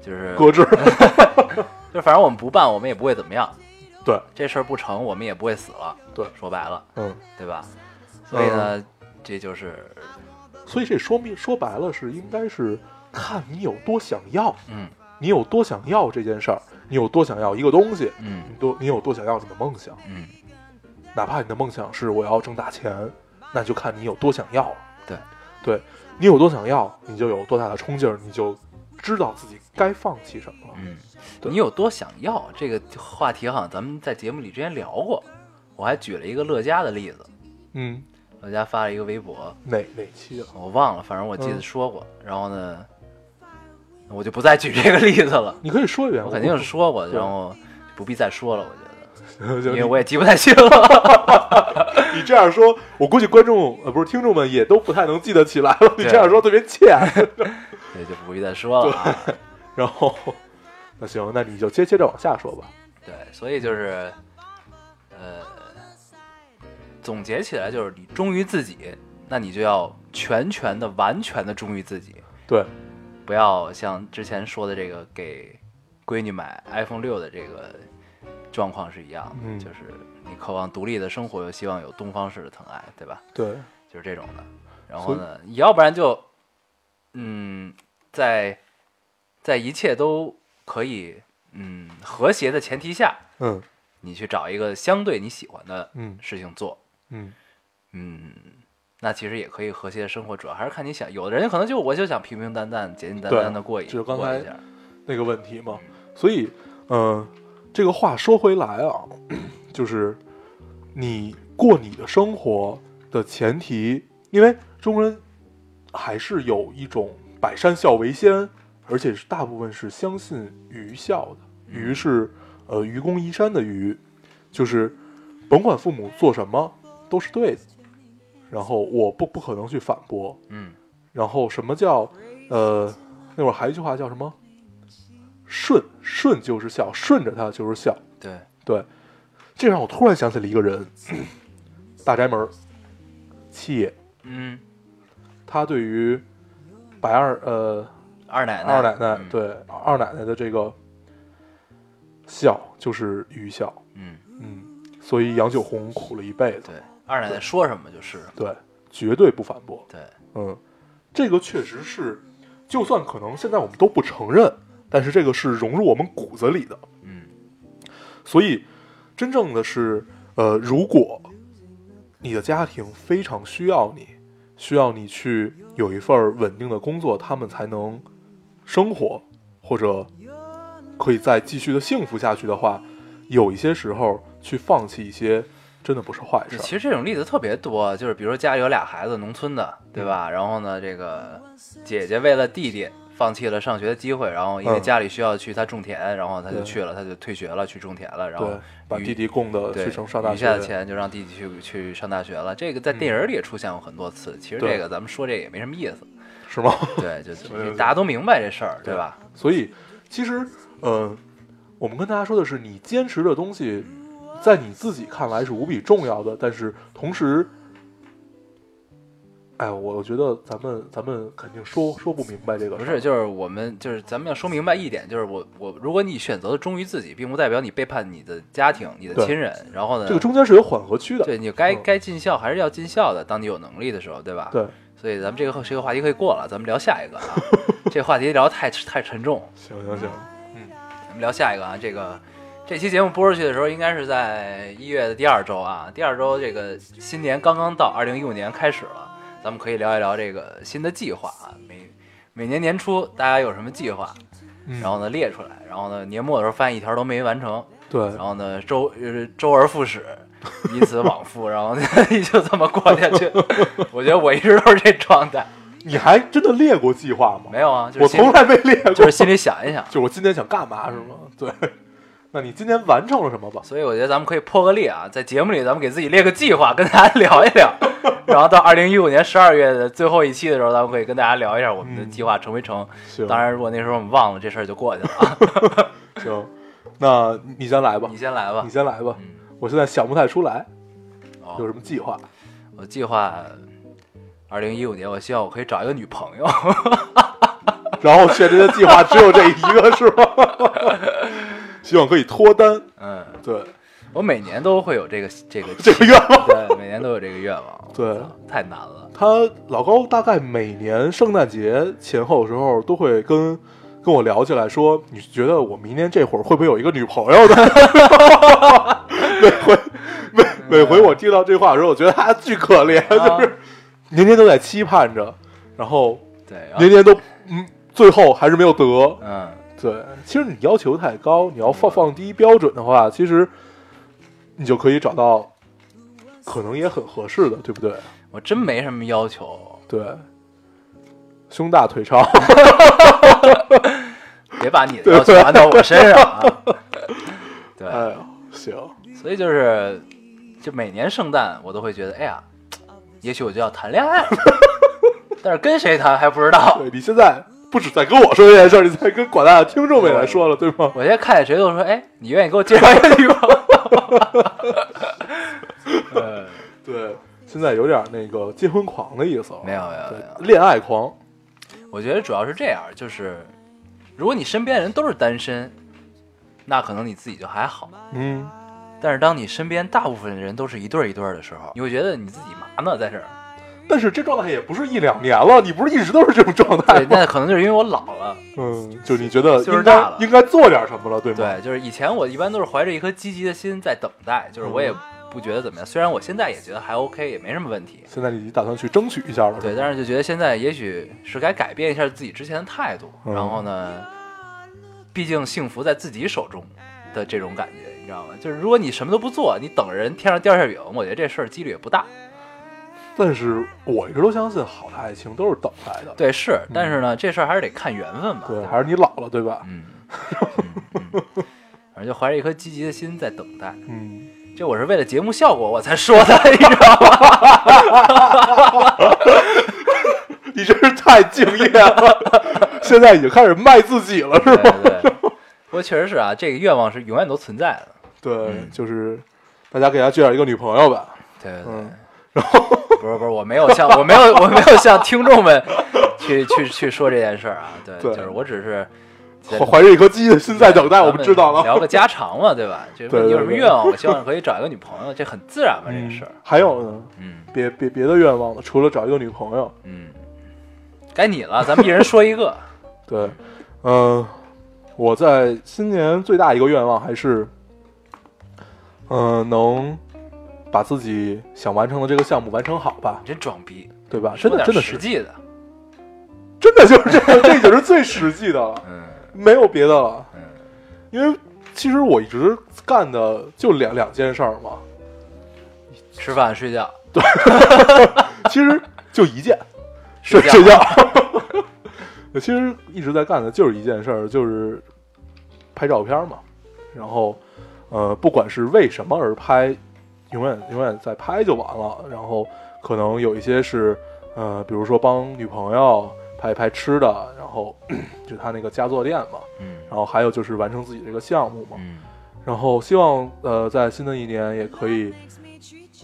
Speaker 1: 就是
Speaker 3: 搁置。
Speaker 1: 就反正我们不办，我们也不会怎么样。
Speaker 3: 对，
Speaker 1: 这事儿不成，我们也不会死了。
Speaker 3: 对
Speaker 1: 说白了，
Speaker 3: 嗯，
Speaker 1: 对吧？所以呢，这就是
Speaker 3: 所以这说明说白了是应该是看你有多想要，
Speaker 1: 嗯
Speaker 3: 你有多想要这件事儿，你有多想要一个东西，
Speaker 1: 嗯
Speaker 3: 你多你有多想要你的梦想。
Speaker 1: 嗯，
Speaker 3: 哪怕你的梦想是我要挣大钱，那就看你有多想要了。
Speaker 1: 对，
Speaker 3: 对你有多想要，你就有多大的冲劲儿，你就知道自己该放弃什么了。
Speaker 1: 嗯，
Speaker 3: 对
Speaker 1: 你有多想要这个话题，好像咱们在节目里之前聊过。我还举了一个乐嘉的例子，
Speaker 3: 嗯，
Speaker 1: 乐嘉发了一个微博，
Speaker 3: 哪哪期啊？
Speaker 1: 我忘了，反正我记得
Speaker 3: 嗯
Speaker 1: 说过。然后呢，我就不再举这个例子了，
Speaker 3: 你可以说一遍，
Speaker 1: 我肯定是说过，
Speaker 3: 对
Speaker 1: 然后就不必再说了。我觉 得，
Speaker 3: 说
Speaker 1: 因为我也记不太清了。
Speaker 3: 你这样说，我估计观众呃不是听众们也都不太能记得起来了。你
Speaker 1: 对
Speaker 3: 这样说特别欠。
Speaker 1: 对，就不必再说了啊。
Speaker 3: 然后，那行，那你就接接着往下说吧。
Speaker 1: 对，所以就是，呃，总结起来就是，你忠于自己，那你就要全权的、完全的忠于自己，
Speaker 3: 对，
Speaker 1: 不要像之前说的这个给闺女买 iPhone 六的这个状况是一样的，
Speaker 3: 嗯
Speaker 1: 就是你渴望独立的生活，又希望有东方式的疼爱，对吧？
Speaker 3: 对，
Speaker 1: 就是这种的。然后呢，要不然就，嗯，在在一切都可以嗯和谐的前提下，
Speaker 3: 嗯
Speaker 1: 你去找一个相对你喜欢的
Speaker 3: 嗯
Speaker 1: 事情做，
Speaker 3: 嗯
Speaker 1: 嗯，那其实也可以和谐的生活，主要还是看你想。有的人可能就我就想平平淡淡、简简单单的过一
Speaker 3: 就是刚
Speaker 1: 过一
Speaker 3: 才
Speaker 1: 下，
Speaker 3: 那个问题嘛。所以，呃，这个话说回来啊， 就是你过你的生活的前提，因为中国人还是有一种百善孝为先，而且是大部分是相信愚孝的，愚是呃愚公移山的愚，就是甭管父母做什么都是对的，然后我不不可能去反驳，
Speaker 1: 嗯
Speaker 3: 然后什么叫呃，那会儿还有一句话叫什么？顺顺就是笑，顺着它就是笑。
Speaker 1: 对，
Speaker 3: 对，这让我突然 想起了一个人，大宅门儿七爷，
Speaker 1: 嗯，
Speaker 3: 他对于白二呃
Speaker 1: 二奶奶，
Speaker 3: 二奶奶
Speaker 1: 嗯，
Speaker 3: 对二奶奶的这个笑就是愚孝，
Speaker 1: 嗯，
Speaker 3: 嗯，所以杨九红苦了一辈子，
Speaker 1: 对，二奶奶说什么就是什么，
Speaker 3: 对，绝对不反驳，
Speaker 1: 对，
Speaker 3: 嗯，这个确实是，就算可能现在我们都不承认，但是这个是融入我们骨子里的，
Speaker 1: 嗯
Speaker 3: 所以，真正的是，呃，如果你的家庭非常需要你，需要你去有一份儿稳定的工作，他们才能生活，或者可以再继续的幸福下去的话，有一些时候去放弃一些，真的不是坏事儿。
Speaker 1: 其实这种例子特别多，就是比如说家里有俩孩子，农村的，对吧？
Speaker 3: 嗯
Speaker 1: 然后呢，这个姐姐为了弟弟放弃了上学的机会，然后因为
Speaker 3: 嗯
Speaker 1: 家里需要去他种田，然后他就
Speaker 3: 对
Speaker 1: 去了，他就退学了，去种田了，然后
Speaker 3: 对，把
Speaker 1: 余
Speaker 3: 弟弟供的
Speaker 1: 啊对
Speaker 3: 去成上大
Speaker 1: 余下的
Speaker 3: 学，嗯
Speaker 1: 钱就让弟弟去去上大学了。这个在电影里也出现过很多次。其实
Speaker 3: 对
Speaker 1: 这个咱们说这个也没什么意 思，
Speaker 3: 是吗？
Speaker 1: 对，就
Speaker 3: 对对
Speaker 1: 就大家都明白这事儿，对吧？
Speaker 3: 所以，其实，呃，我们跟大家说的是，你坚持的东西，在你自己看来是无比重要的，但是同时，哎，我觉得咱们咱们肯定说说不明白这个
Speaker 1: 不
Speaker 3: 事儿，
Speaker 1: 是，就是我们就是咱们要说明白一点，就是我我，如果你选择忠于自己，并不代表你背叛你的家庭、你的
Speaker 3: 对
Speaker 1: 亲人。然后呢，
Speaker 3: 这个中间是有缓和区的，
Speaker 1: 对，你该
Speaker 3: 嗯
Speaker 1: 该尽孝还是要尽孝的，当你有能力的时候，对吧？。
Speaker 3: 对，
Speaker 1: 所以咱们这个这个话题可以过了，咱们聊下 一个啊。这话题聊得太太沉重，
Speaker 3: 行行行，
Speaker 1: 咱们聊下一个啊。这个这期节目播出去的时候，应该是在一月的第二周啊。第二周这个新年刚刚到，二零一五年开始了，咱们可以聊一聊这个新的计划啊。每每年年初大家有什么计划，
Speaker 3: 嗯
Speaker 1: 然后呢列出来，然后呢年末的时候发现一条都没完成，
Speaker 3: 对
Speaker 1: 然，后呢，周呃周而复始，以此往 复，然后呢就 这么过下去。我觉得我一直都是这状态，
Speaker 3: 你还真的列过计划吗？
Speaker 1: 没有啊，就是
Speaker 3: 我
Speaker 1: 心里
Speaker 3: 从来没列过，
Speaker 1: 就
Speaker 3: 就是是
Speaker 1: 心里想一想。
Speaker 3: 我今天想干嘛是吗？对，那你今天完成了什么吧？
Speaker 1: 所以我觉得咱们可以破个例啊，在节目里咱们给自己列个计划，跟大家聊一 聊。然后到二零一五年十二月的最后一期的时候，咱们可以跟大家聊一下我们的
Speaker 3: 嗯
Speaker 1: 计划成没成。
Speaker 3: 行，
Speaker 1: 当然，如果那时候我们忘了，这事儿就过去了 啊。
Speaker 3: 行，那你先来吧，
Speaker 1: 你先来吧
Speaker 3: 你。先来吧，
Speaker 1: 嗯，
Speaker 3: 我现在想不太出来
Speaker 1: 哦
Speaker 3: 有什么计划。
Speaker 1: 我计划二零一五年，我希望我可以找一个女朋友。
Speaker 3: 然后确实的计划只有这一个，是吗？ 希望可以脱单。
Speaker 1: 嗯，
Speaker 3: 对，
Speaker 1: 我每年都会有这个这个
Speaker 3: 这个愿望。
Speaker 1: 对，每年都有这个愿望。
Speaker 3: 对
Speaker 1: 我操，太难了。
Speaker 3: 他老高大概每年圣诞节前后的时候，都会跟跟我聊起来说，你觉得我明年这会儿会不会有一个女朋友呢？ 每回每每回我听到这话的时候，我觉得他巨可怜，就是年年都在期盼着，然后
Speaker 1: 对，然后
Speaker 3: 年年都嗯，最后还是没有得。
Speaker 1: 嗯，
Speaker 3: 对，其实你要求太高，你要放放低标准的
Speaker 1: 嗯
Speaker 3: 话，其实你就可以找到可能也很合适的，对不对？
Speaker 1: 我真没什么要求，
Speaker 3: 对，胸大 腿长，
Speaker 1: 别把你的要求安到我身上 啊。对，
Speaker 3: 哎呦，行，
Speaker 1: 所以就是，就每年圣诞我都会觉得，哎呀，也许我就要谈恋爱了， 但是跟谁谈还不知道。
Speaker 3: 对你现在不止在跟我说这件事儿，你在跟广大的听众们也来说了，对吗？
Speaker 1: 我现在看见谁都说，哎，你愿意给我介绍一个女朋友？ 呃，
Speaker 3: 对，现在有点那个结婚狂的意思了，
Speaker 1: 没有没有没有
Speaker 3: 对，恋爱狂，
Speaker 1: 我觉得主要是这样，就是如果你身边人都是单身，那可能你自己就还好。
Speaker 3: 嗯，
Speaker 1: 但是当你身边大部分人都是一对儿一对儿的时候，你会觉得你自己嘛呢在这儿？
Speaker 3: 但是这状态也不是一两年了，你不是一直都是这种状态
Speaker 1: 对，
Speaker 3: 吗？
Speaker 1: 那可能就是因为我老了。
Speaker 3: 嗯，就你觉得
Speaker 1: 岁数
Speaker 3: 应
Speaker 1: 大
Speaker 3: 该
Speaker 1: 了
Speaker 3: 应该做点什么了，对吗？
Speaker 1: 对，就是以前我一般都是怀着一颗积极的心在等待，就是我也不觉得怎么样。虽然我现在也觉得还 OK，也没什么问题。
Speaker 3: 现在你打算去争取一下了，
Speaker 1: 对，但是就觉得现在也许是该改变一下自己之前的态度。
Speaker 3: 嗯
Speaker 1: 然后呢，毕竟幸福在自己手中的这种感觉，你知道吗？就是如果你什么都不做，你等着人天上掉馅饼，我觉得这事儿几率也不大。
Speaker 3: 但是我一直都相信，好的爱情都是等来的。
Speaker 1: 对，是，但是呢，这事儿还是得看缘分吧。
Speaker 3: 嗯对，
Speaker 1: 吧
Speaker 3: 还是你老了，对吧？
Speaker 1: 嗯，嗯嗯反正就怀着一颗积极的心在等待。
Speaker 3: 嗯，
Speaker 1: 这我是为了节目效果我才说的，你知道吗？
Speaker 3: 嗯 你真是太敬业了， 现在已经开始卖自己了，是
Speaker 1: 对
Speaker 3: 吗？
Speaker 1: 对。对不过确实是啊，这个愿望是永远都存在的。
Speaker 3: 对，就是大家给他介绍一个女朋友吧。
Speaker 1: 对对对。
Speaker 3: 嗯，然后
Speaker 1: 不是不是，我没有向我没有我 没有向听众们去去去说这件事儿啊，对，
Speaker 3: 对
Speaker 1: 就是我只是在
Speaker 3: 怀怀着一颗鸡的心在等待，
Speaker 1: 咱
Speaker 3: 我们知道了。
Speaker 1: 聊个家常嘛，对吧？就是
Speaker 3: 对对
Speaker 1: 你有什么
Speaker 3: 对
Speaker 1: 愿望？我希望可以找一个女朋友，这很自然嘛，这个
Speaker 3: 嗯
Speaker 1: 事儿。
Speaker 3: 还有呢，
Speaker 1: 嗯
Speaker 3: 别别别的愿望了，除了找一个女朋友，
Speaker 1: 嗯，该你了，咱们一人说一个。
Speaker 3: 对，嗯、我在新年最大一个愿望还是，嗯、能把自己想完成的这个项目完成好吧
Speaker 1: 你，真装逼，
Speaker 3: 对吧？真
Speaker 1: 说
Speaker 3: 的
Speaker 1: 点
Speaker 3: 真的
Speaker 1: 实
Speaker 3: 是，
Speaker 1: 际的。
Speaker 3: 真的就是这个，这就是最实际的了，
Speaker 1: 嗯
Speaker 3: 没有别的了。
Speaker 1: 嗯
Speaker 3: 因为其实我一直干的就两两件事儿嘛，
Speaker 1: 吃饭睡觉，
Speaker 3: 其实就一件，
Speaker 1: 睡觉
Speaker 3: 睡睡觉。 其实一直在干的就是一件事儿，就是拍照片嘛。然后，呃，不管是为什么而拍，永远永远在拍就完了。然后可能有一些是，呃，比如说帮女朋友拍一拍吃的，然后 就他那个佳作店嘛。
Speaker 1: 嗯
Speaker 3: 然后还有就是完成自己这个项目嘛。
Speaker 1: 嗯
Speaker 3: 然后希望呃，在新的一年也可以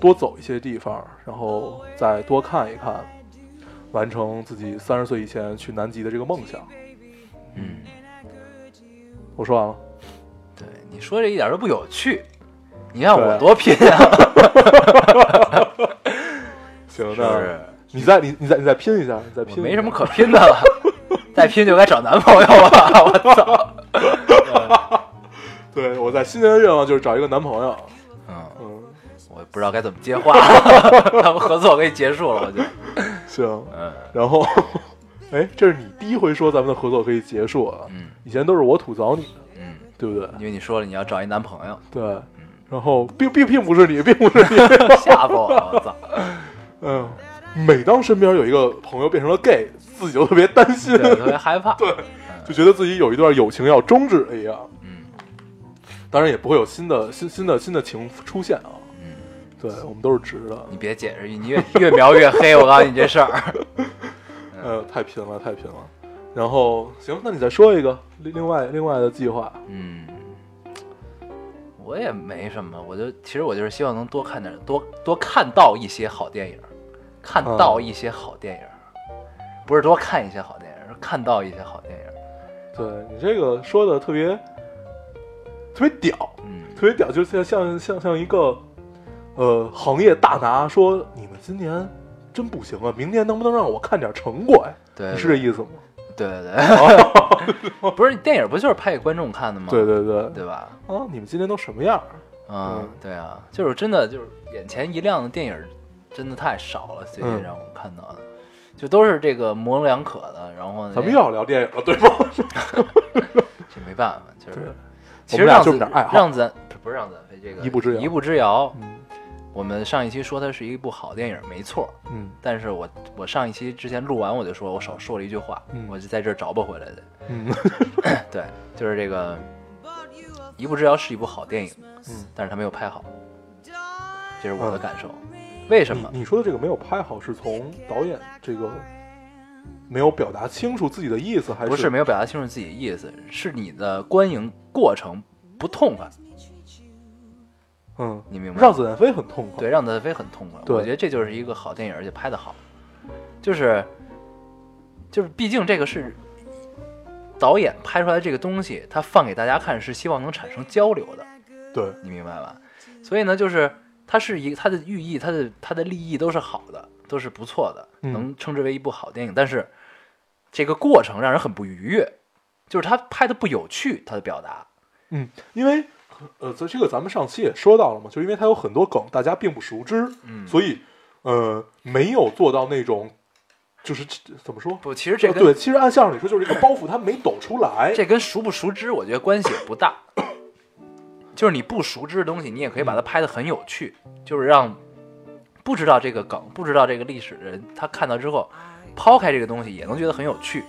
Speaker 3: 多走一些地方，然后再多看一看，完成自己三十岁以前去南极的这个梦想。
Speaker 1: 嗯，
Speaker 3: 我说完了，
Speaker 1: 对，你说这一点都不有趣。你看我
Speaker 3: 对
Speaker 1: 多拼 啊，
Speaker 3: 行，
Speaker 1: 是不
Speaker 3: 那
Speaker 1: 是？
Speaker 3: 你再你你再你再拼一下，你再
Speaker 1: 我
Speaker 3: 拼，
Speaker 1: 没什么。可拼的了，再拼就该找男朋友了。我操！
Speaker 3: 对我在新年的愿望就是找一个男朋友。
Speaker 1: 嗯，
Speaker 3: 嗯，
Speaker 1: 我不知道该怎么接话了， 咱们合作可以结束了，我觉得。
Speaker 3: 行。
Speaker 1: 嗯
Speaker 3: 然后， 哎，这是你第一回说咱们的合作可以结束啊，
Speaker 1: 嗯
Speaker 3: 以前都是我吐槽你，
Speaker 1: 嗯，
Speaker 3: 对不对？
Speaker 1: 因为你说了你要找一男朋友，
Speaker 3: 对。然后并并并不是你，并不是你。
Speaker 1: 吓死我了，我操！
Speaker 3: 嗯，每当身边有一个朋友变成了 gay，自己就特别担心，
Speaker 1: 对，特别害怕。
Speaker 3: 对 就觉得自己有一段友情要终止了一样。
Speaker 1: 嗯
Speaker 3: 当然也不会有新的新新的新的情出现啊。
Speaker 1: 嗯，
Speaker 3: 对我们都是直的，
Speaker 1: 你别解释，你越越描越黑，我告诉你这事儿。嗯
Speaker 3: 呃，太拼了，太拼了。然后行，那你再说一个另另外另外的计划。
Speaker 1: 嗯，我也没什么，我就其实我就是希望能多看点，多多看到一些好电影，看到一些好电影，不是多看一些好电影，是看到一些好电影。
Speaker 3: 对你这个说的特别特别屌，
Speaker 1: 嗯，
Speaker 3: 特别屌，就像像像像一个呃行业大拿说你们今年真不行啊，明年能不能让我看点成果呀、
Speaker 1: 对，
Speaker 3: 你是这意思吗？
Speaker 1: 对对对， 不是电影不就是拍给观众看的吗？
Speaker 3: 对对对，
Speaker 1: 对吧？
Speaker 3: 啊，你们今天都什么样儿？
Speaker 1: 嗯
Speaker 3: 嗯，
Speaker 1: 对啊，就是真的就是眼前一亮的电影真的太少了，最近
Speaker 3: 嗯
Speaker 1: 让我们看到的，就都是这个模棱两可的，然后呢
Speaker 3: 咱们又要聊电影了，对吗？
Speaker 1: 这没办法，就是
Speaker 3: 对
Speaker 1: 其
Speaker 3: 我
Speaker 1: 实
Speaker 3: 们俩
Speaker 1: 让子
Speaker 3: 就是点爱好
Speaker 1: 让咱不是让咱飞这个
Speaker 3: 一步之遥
Speaker 1: 一步之遥。
Speaker 3: 嗯
Speaker 1: 我们上一期说它是一部好电影，没错。
Speaker 3: 嗯
Speaker 1: 但是我我上一期之前录完我就说我少说了一句话，
Speaker 3: 嗯
Speaker 1: 我就在这儿找不回来的。
Speaker 3: 嗯
Speaker 1: 对，就是这个《一步之遥》是一部好电影，
Speaker 3: 嗯，
Speaker 1: 但是它没有拍好，这是我的感受。为 什么？
Speaker 3: 你你说的这个没有拍好，是从导演这个没有表达清楚自己的意思，还
Speaker 1: 不
Speaker 3: 嗯是
Speaker 1: 是没有表达清楚自己的意思，是你的观影过程不痛快，
Speaker 3: 嗯，
Speaker 1: 你明白吗？
Speaker 3: 让子弹飞很痛快。
Speaker 1: 对，让子弹飞很痛快。
Speaker 3: 对
Speaker 1: 我觉得这就是一个好电影，而且拍的好，就是就是，毕竟这个是导演拍出来这个东西，他放给大家看是希望能产生交流的，
Speaker 3: 对
Speaker 1: 你明白吧？所以呢，就是它是一它的寓意，它的它的立意都是好的，都是不错的，
Speaker 3: 嗯
Speaker 1: 能称之为一部好电影。但是这个过程让人很不愉悦，就是他拍的不有趣，他的表达。
Speaker 3: 嗯，因为呃，在这个咱们上期也说到了嘛，就因为它有很多梗，大家并不熟知，
Speaker 1: 嗯
Speaker 3: 所以呃，没有做到那种就是怎么说？
Speaker 1: 不，其实这
Speaker 3: 呃
Speaker 1: 跟
Speaker 3: 对，其实按相声里说，就是这个包袱他没抖出来。
Speaker 1: 这跟熟不熟知，我觉得关系也不大。就是你不熟知的东西，你也可以把
Speaker 3: 嗯
Speaker 1: 它拍得很有趣，就是让不知道这个梗、不知道这个历史的人，他看到之后，抛开这个东西也能觉得很有趣。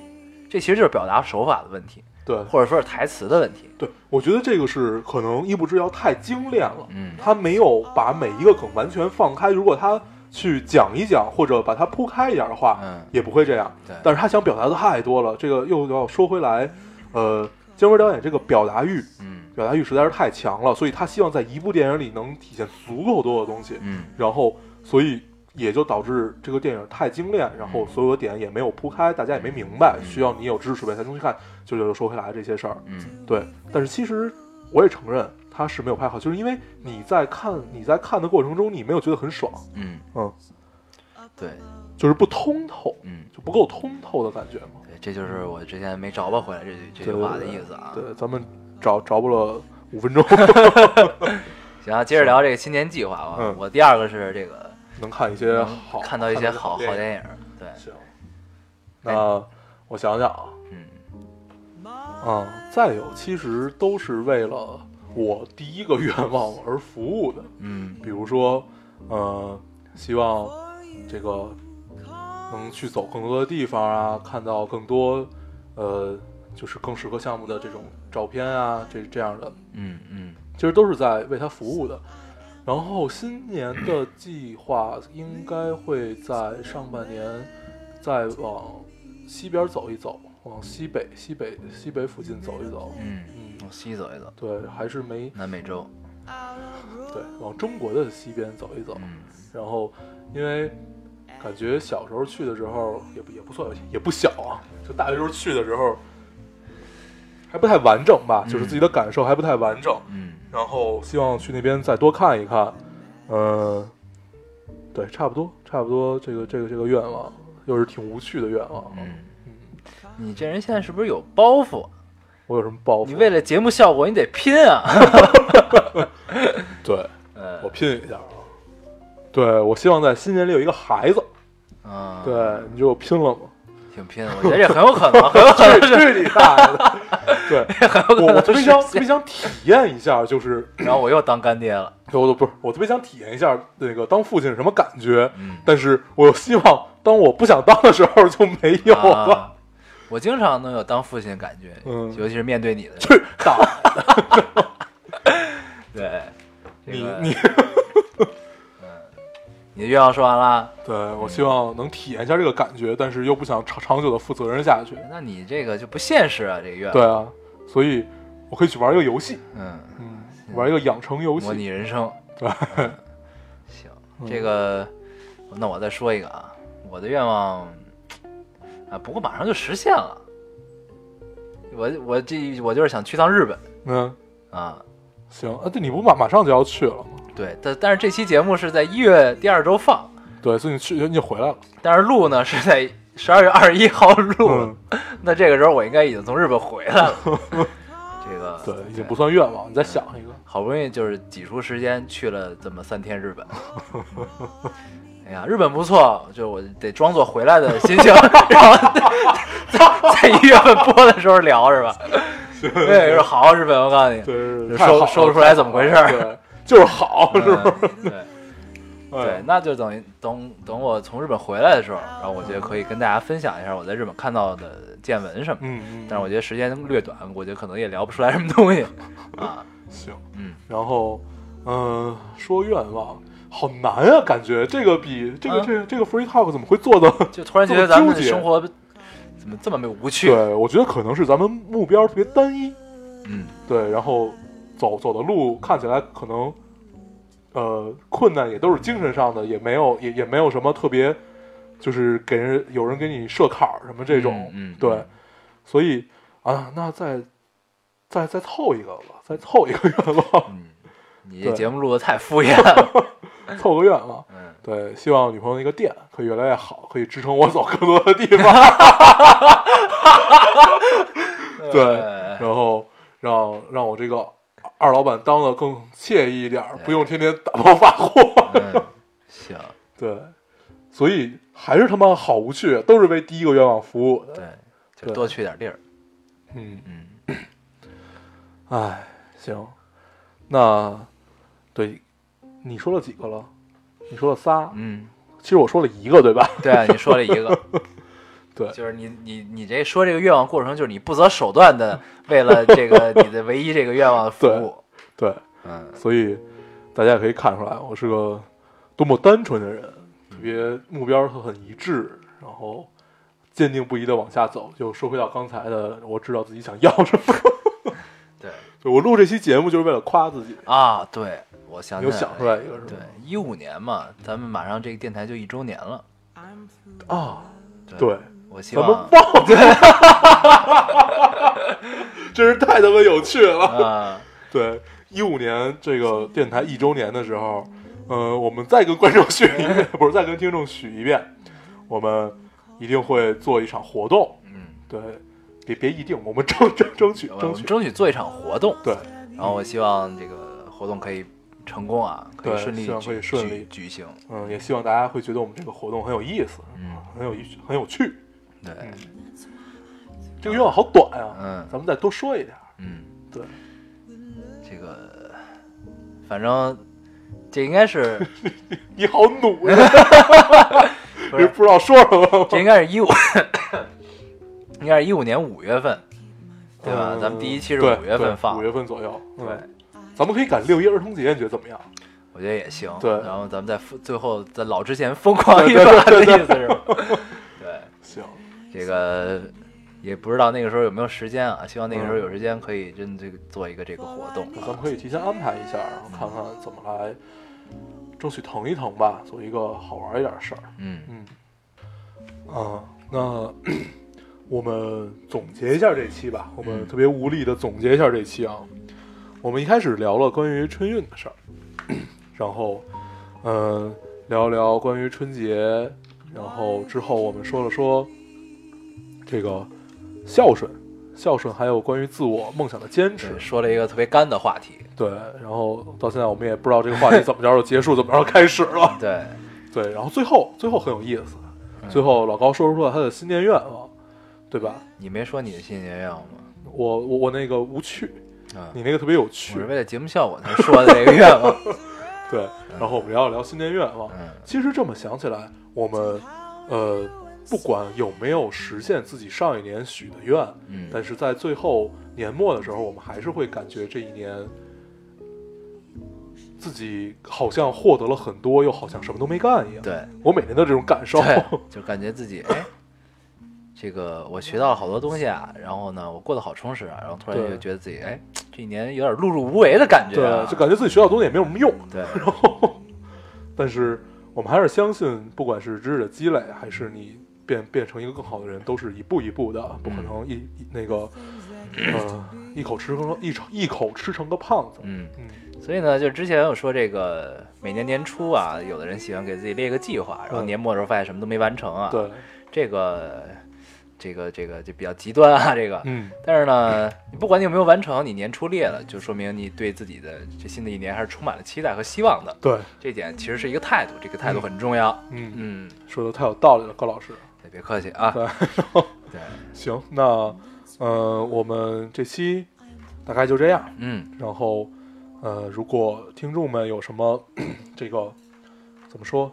Speaker 1: 这其实就是表达手法的问题，
Speaker 3: 对
Speaker 1: 或者说是台词的问题。
Speaker 3: 对，我觉得这个是可能一步之遥太精炼了，
Speaker 1: 嗯
Speaker 3: 他没有把每一个梗完全放开。如果他去讲一讲，或者把它铺开一点的话，
Speaker 1: 嗯
Speaker 3: 也不会这样
Speaker 1: 对。
Speaker 3: 但是他想表达的太多了，这个又要说回来，呃，姜文导演这个表达欲，
Speaker 1: 嗯
Speaker 3: 表达欲实在是太强了，所以他希望在一部电影里能体现足够多的东西。
Speaker 1: 嗯
Speaker 3: 然后，所以也就导致这个电影太精炼，然
Speaker 1: 嗯
Speaker 3: 后所有的点也没有铺开，大家也没明白，需要你有知识储备才能去看。就就说回来这些事儿，
Speaker 1: 嗯，
Speaker 3: 对。但是其实我也承认它是没有拍好，就是因为你在看你在看的过程中，你没有觉得很爽，
Speaker 1: 嗯，
Speaker 3: 嗯，
Speaker 1: 对，
Speaker 3: 就是不通透，
Speaker 1: 嗯，
Speaker 3: 就不够通透的感觉嘛。
Speaker 1: 对，这就是我之前没找吧回来这句这句话的意思啊。
Speaker 3: 对，咱们找找不了五分钟
Speaker 1: 行啊，接着聊这个新年计划啊。
Speaker 3: 嗯
Speaker 1: 我第二个是这个
Speaker 3: 能看一些好，
Speaker 1: 看到一些好好
Speaker 3: 看到一些
Speaker 1: 电影，对，
Speaker 3: 行，那我想想啊，
Speaker 1: 嗯
Speaker 3: 啊、再有其实都是为了我第一个愿望而服务的，
Speaker 1: 嗯
Speaker 3: 比如说，呃，希望这个能去走更多的地方啊，看到更多，呃，就是更适合项目的这种照片啊，这这样的，
Speaker 1: 嗯嗯
Speaker 3: 其实都是在为他服务的。然后新年的计划应该会在上半年再往西边走一走，往西北、西北、西北附近走一走。
Speaker 1: 嗯，
Speaker 3: 嗯，
Speaker 1: 往西走一走，
Speaker 3: 对，还是没
Speaker 1: 南美洲，
Speaker 3: 对，往中国的西边走一走。
Speaker 1: 嗯
Speaker 3: 然后，因为感觉小时候去的时候也不也不算也不小啊，就大学时候去的时候还不太完整吧，就是自己的感受还不太完整。
Speaker 1: 嗯
Speaker 3: 然后希望去那边再多看一看。呃，对，差不多，差不多，这个这个这个愿望又是挺无趣的愿望。
Speaker 1: 嗯，
Speaker 3: 嗯，
Speaker 1: 你这人现在是不是有包袱？
Speaker 3: 我有什么抱负？
Speaker 1: 你为了节目效果，你得拼 啊！
Speaker 3: 对
Speaker 1: 呃
Speaker 3: 我拼一下啊！对我希望在新年里有一个孩子。
Speaker 1: 嗯，，
Speaker 3: 对，你觉得我 拼了吗？
Speaker 1: 挺拼的，我觉得这很有可能，很有
Speaker 3: 这这你大爷的！对， 我我特别想特别想体验一下，就是
Speaker 1: 然后我又当干爹 了，
Speaker 3: 我不是我特别想体验一下那个当父亲是什么感觉，
Speaker 1: 嗯，
Speaker 3: 但是我又希望当我不想当的时候就没有了。
Speaker 1: 啊。我经常能有当父亲的感觉，
Speaker 3: 嗯
Speaker 1: 尤其是面对你的时候，
Speaker 3: 去 打
Speaker 1: 对，
Speaker 3: 你
Speaker 1: 这个
Speaker 3: 你，
Speaker 1: 你的愿望说完了，
Speaker 3: 对我希望能体验一下这个感觉，但是又不想长长久的负责任下去。
Speaker 1: 那你这个就不现实啊，这个愿望，
Speaker 3: 对，啊，所以我可以去玩一个游戏，
Speaker 1: 嗯，
Speaker 3: 嗯，玩一个养成游
Speaker 1: 模拟
Speaker 3: 戏。
Speaker 1: 人生，
Speaker 3: 对，
Speaker 1: 行，
Speaker 3: 嗯
Speaker 1: 这个，那我再说一个啊，我的愿望啊，不过马上就实现了，我我这我就是想去趟日本
Speaker 3: 嗯，
Speaker 1: 啊，
Speaker 3: 行啊，对，你不马马上就要去了吗？
Speaker 1: 对，但但是这期节目是在一月第二周放，
Speaker 3: 对，所以你去你就回来了。
Speaker 1: 但是录呢是在十二月二十一号录，
Speaker 3: 嗯，
Speaker 1: 那这个时候我应该已经从日本回来 了，这个
Speaker 3: 对，已经不算愿望，你再想一个。
Speaker 1: 好不容易就是挤出时间去了这么三天日本。哎呀，日本不错，就我得装作回来的 心情，然后在在一月份播的时候聊是吧？对，说好日本，我告诉你，
Speaker 3: 对，
Speaker 1: 就
Speaker 3: 太好
Speaker 1: 说
Speaker 3: 了
Speaker 1: 说不出来怎么回事儿
Speaker 3: 对，就是好， 是吧？
Speaker 1: 嗯对对
Speaker 3: 哎，，
Speaker 1: 那就等于等等我从日本回来的时候，然后我觉得可以跟大家分享一下我在日本看到的见闻什么。
Speaker 3: 嗯嗯，
Speaker 1: 但是我觉得时间略短，我觉得可能也聊不出来什么东西啊。
Speaker 3: 行，
Speaker 1: 嗯，
Speaker 3: 然后，嗯、说愿望好难啊，感觉这个比这个、
Speaker 1: 啊
Speaker 3: 这个这个 free talk 怎么会做到？
Speaker 1: 就突然觉得咱们的
Speaker 3: 这么纠结
Speaker 1: 生活怎么这么没有无趣？
Speaker 3: 对，我觉得可能是咱们目标特别单一，
Speaker 1: 嗯，
Speaker 3: 对，然后走走的路看起来可能，呃，困难也都是精神上的，也没有也也没有什么特别，就是给人有人给你设坎儿什么这种，
Speaker 1: 嗯嗯嗯
Speaker 3: 对，所以啊，那再再再凑一个吧，再凑一个愿望，
Speaker 1: 嗯，你这
Speaker 3: 对
Speaker 1: 节目录的太敷衍了。
Speaker 3: 凑个愿望，
Speaker 1: 嗯，
Speaker 3: 对，希望女朋友那个店可以越来越好，可以支撑我走更多的地方。 对，
Speaker 1: 呃
Speaker 3: 然后让让我这个二老板当的更惬意一点儿，不用天天打包发货。
Speaker 1: 嗯，行，
Speaker 3: 对，所以还是他妈好无趣，都是为第一个愿望服务的。
Speaker 1: 对，就
Speaker 3: 对
Speaker 1: 多去点地儿。
Speaker 3: 嗯，
Speaker 1: 嗯，
Speaker 3: 哎，行，那对，你说了几个了？你说了仨，
Speaker 1: 嗯，
Speaker 3: 其实我说了一个，对吧？
Speaker 1: 对啊，你说了一个，
Speaker 3: 对
Speaker 1: 就是你你你这说这个愿望过程，就是你不择手段的为了这个你的唯一这个愿望服务。
Speaker 3: 对，
Speaker 1: 嗯
Speaker 3: 所以大家也可以看出来，我是个多么单纯的人，
Speaker 1: 嗯
Speaker 3: 特别目标很一致，然后坚定不移的往下走。就说回到刚才的，我知道自己想要什么。
Speaker 1: 对
Speaker 3: 对我录这期节目就是为了夸自己，
Speaker 1: 啊，对我我想
Speaker 3: 你又
Speaker 1: 起来
Speaker 3: 想出来一个是吧
Speaker 1: 对，一五年嘛，咱们马上这个电台就一周年了。
Speaker 3: 啊，对，
Speaker 1: 我希
Speaker 3: 咱们
Speaker 1: 望
Speaker 3: 忘记了， 真是太他妈有趣了。
Speaker 1: 啊，
Speaker 3: 对，一五年这个电台一周年的时候，呃，我们再跟观众许一遍，不是再跟听众许一遍，我们一定会做一场活动。
Speaker 1: 嗯，
Speaker 3: 对，别别一定，我们争争争取
Speaker 1: 我
Speaker 3: 争
Speaker 1: 们
Speaker 3: 取。
Speaker 1: 争取做一场活动。
Speaker 3: 对，
Speaker 1: 然后我希望这个活动可以成功啊，可以
Speaker 3: 对
Speaker 1: 顺利
Speaker 3: 希望可以
Speaker 1: 举
Speaker 3: 顺利
Speaker 1: 举举行。
Speaker 3: 嗯，也希望大家会觉得我们这个活动很有意思，
Speaker 1: 嗯，
Speaker 3: 很有意很有趣。
Speaker 1: 对，
Speaker 3: 这个愿望好短呀、
Speaker 1: 嗯
Speaker 3: 咱们再多说一点。
Speaker 1: 嗯，
Speaker 3: 对，
Speaker 1: 这个反正这应该 是
Speaker 3: 你好努呀，
Speaker 1: 不
Speaker 3: 你
Speaker 1: 是
Speaker 3: 不知道说什么
Speaker 1: 这应该是一五， 应该是一五年五月份，对吧？
Speaker 3: 嗯
Speaker 1: 咱们第一期是
Speaker 3: 对
Speaker 1: 五月
Speaker 3: 对
Speaker 1: 份放
Speaker 3: 五，月份左右。
Speaker 1: 对，
Speaker 3: 嗯，咱们可以赶六一儿童节，你觉得怎么样？
Speaker 1: 我觉得也行。
Speaker 3: 对
Speaker 1: 然后咱们在疯最后在老之前疯 狂一把的意思是吧？ 对，
Speaker 3: 行，
Speaker 1: 这个也不知道那个时候有没有时间啊，希望那个时
Speaker 3: 嗯
Speaker 1: 候有时间可以真这个做一个这个活动
Speaker 3: 那咱们
Speaker 1: 啊。
Speaker 3: 可以提前安排一下，然后看看怎么来争取腾一腾吧，做一个好玩一点的事儿。
Speaker 1: 嗯，
Speaker 3: 嗯，啊，那 我们总结一下这期吧，我们
Speaker 1: 嗯
Speaker 3: 特别无力的总结一下这期啊。我们一开始聊了关于春运的事儿， 然后，呃，聊一聊关于春节，然后之后我们说了说这个孝顺，孝顺还有关于自我梦想的坚持
Speaker 1: 对，，说了一个特别干的话题，
Speaker 3: 对，然后到现在我们也不知道这个话题怎么着就结束，怎么着开始了。
Speaker 1: 对，
Speaker 3: 对，然后最后最后很有意思，
Speaker 1: 嗯
Speaker 3: 最后老高说出了他的新年愿望，对吧？
Speaker 1: 你没说你的新年愿望吗？
Speaker 3: 我我我那个无趣，
Speaker 1: 啊，
Speaker 3: 你那个特别有
Speaker 1: 我
Speaker 3: 趣
Speaker 1: 是，为了节目效果才说的这个愿 望。
Speaker 3: 对。然后我们聊一聊新年愿望。
Speaker 1: 嗯
Speaker 3: 其实这么想起来，我们呃不管有没有实现自己上一年许的愿，
Speaker 1: 嗯，
Speaker 3: 但是在最后年末的时候，我们还是会感觉这一年自己好像获得了很多，又好像什么都没干一样。
Speaker 1: 对
Speaker 3: 我每年都这种感受。
Speaker 1: 对， 就感觉自己哎，这个我学到了好多东西啊，然后呢，我过得好充实啊，然后突然
Speaker 3: 对
Speaker 1: 就觉得自己哎，这一年有点碌碌无为的感觉
Speaker 3: 对
Speaker 1: 啊，
Speaker 3: 就感觉自己学到东西也没有什么用。
Speaker 1: 对，
Speaker 3: 但是我们还是相信，不管是知识的积累，还是你变变成一个更好的人，都是一步一步的，不可能一一那个呃一口吃成一成一口吃成个胖子。
Speaker 1: 嗯。
Speaker 3: 嗯，
Speaker 1: 所以呢，就之前有说这个每年年初啊，有的人喜欢给自己列一个计划，然后
Speaker 3: 嗯
Speaker 1: 年末的时候发现什么都没完成啊。，
Speaker 3: 对，
Speaker 1: 这个这个这个就比较极端啊，这个。
Speaker 3: 嗯，
Speaker 1: 但是呢，你不管你有没有完成，你年初列了，就说明你对自己的这新的一年还是充满了期待和希望的。
Speaker 3: 对，
Speaker 1: 这点其实是一个态度，这个态度很重要。
Speaker 3: 嗯，
Speaker 1: 嗯，
Speaker 3: 说的太有道理了，高老师。
Speaker 1: 也别客气啊。
Speaker 3: 对，
Speaker 1: 对，
Speaker 3: 行，那呃，我们这期大概就这样。
Speaker 1: 嗯，
Speaker 3: 然后，呃，如果听众们有什么这个怎么说，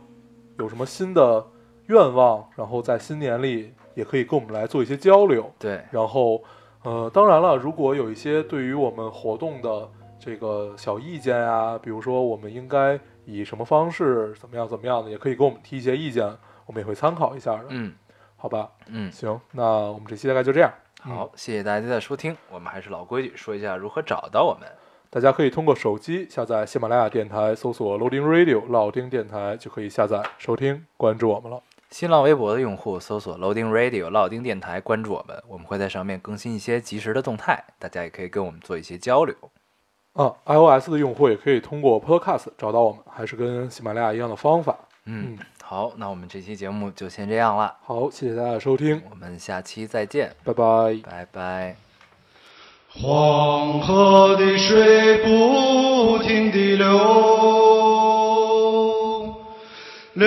Speaker 3: 有什么新的愿望，然后在新年里也可以跟我们来做一些交流。
Speaker 1: 对，
Speaker 3: 然后，呃，当然了，如果有一些对于我们活动的这个小意见啊，比如说我们应该以什么方式怎么样怎么样的，也可以给我们提一些意见，我们也会参考一下的，
Speaker 1: 嗯
Speaker 3: 好吧？
Speaker 1: 嗯。
Speaker 3: 行，那我们这期大概就这样。嗯
Speaker 1: 好，谢谢大家的收听。我们还是老规矩，说一下如何找到我们。
Speaker 3: 大家可以通过手机下载喜马拉雅电台，搜索 Loading Radio 老丁电台，就可以下载收听关注我们了。
Speaker 1: 新浪微博的用户搜索 Loading Radio 老丁电台，关注我们，我们会在上面更新一些及时的动态，大家也可以跟我们做一些交流。
Speaker 3: 啊，iOS 的用户也可以通过 Podcast 找到我们，还是跟喜马拉雅一样的方法。
Speaker 1: 嗯
Speaker 3: 嗯，
Speaker 1: 好，那我们这期节目就先这样了，
Speaker 3: 好，谢谢大家的收听，
Speaker 1: 我们下期再见，
Speaker 3: 拜拜。
Speaker 1: 拜拜。
Speaker 4: 黄河的水不停地流，流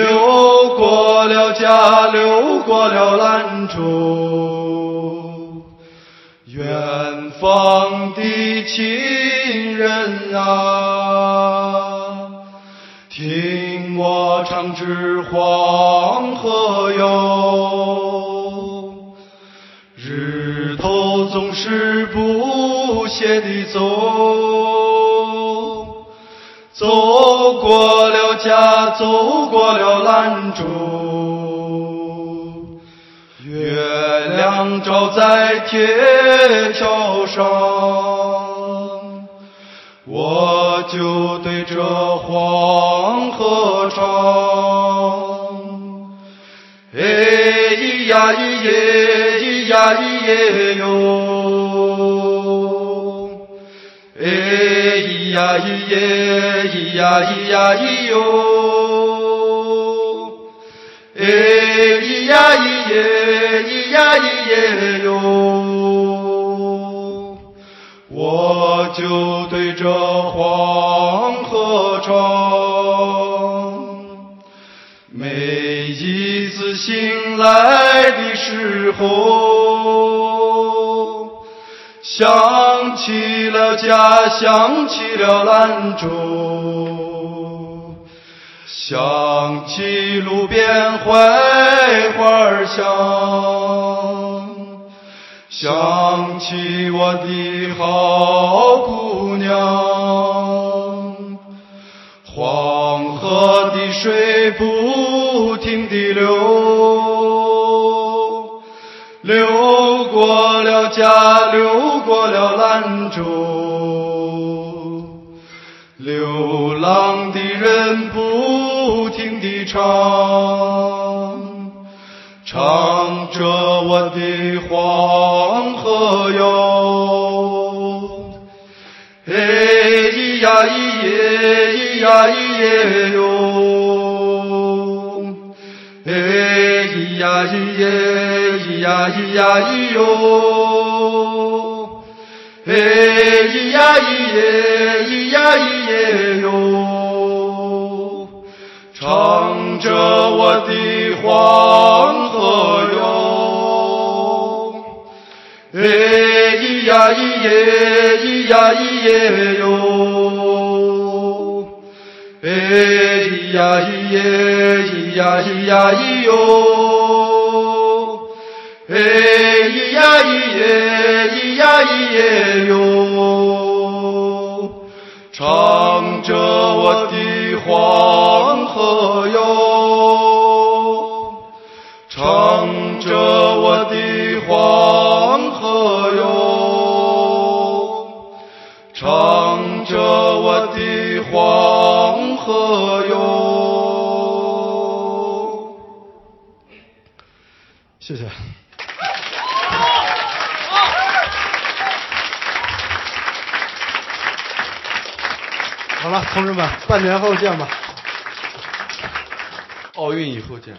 Speaker 4: 过了家，流过了兰州，远方的亲人啊，听我唱支黄河哟。日头总是不歇地走，走过了家，走过了兰州，月亮照在铁桥上，我就对着黄河唱。哎咿呀咿耶，咿呀咿耶哟。哎咿呀咿耶，咿呀咿呀咿哟。哎咿呀咿耶，咿呀咿耶哟。我就对着黄河唱。每一次醒来的时候，想起了家，想起了兰州，想起路边槐花香。想起我的好姑娘，黄河的水不停地流，流过了家，流过了兰州，流浪的人不停地唱。唱着我的黄河哟，哎咿呀咿耶，咿呀咿耶哟，哎咿呀咿耶，咿呀咿呀咿哟，哎咿呀咿耶，咿呀咿耶哟。唱着我的黄河哟，哎咿呀咿耶，咿呀咿耶哟，哎咿呀咿耶，咿呀咿呀咿哟，哎咿呀咿耶，咿呀咿耶哟。唱着我的黄河哟，唱着我的黄河哟，唱着我的黄河哟。谢谢。好了，同志们，半年后见吧。奥运以后见。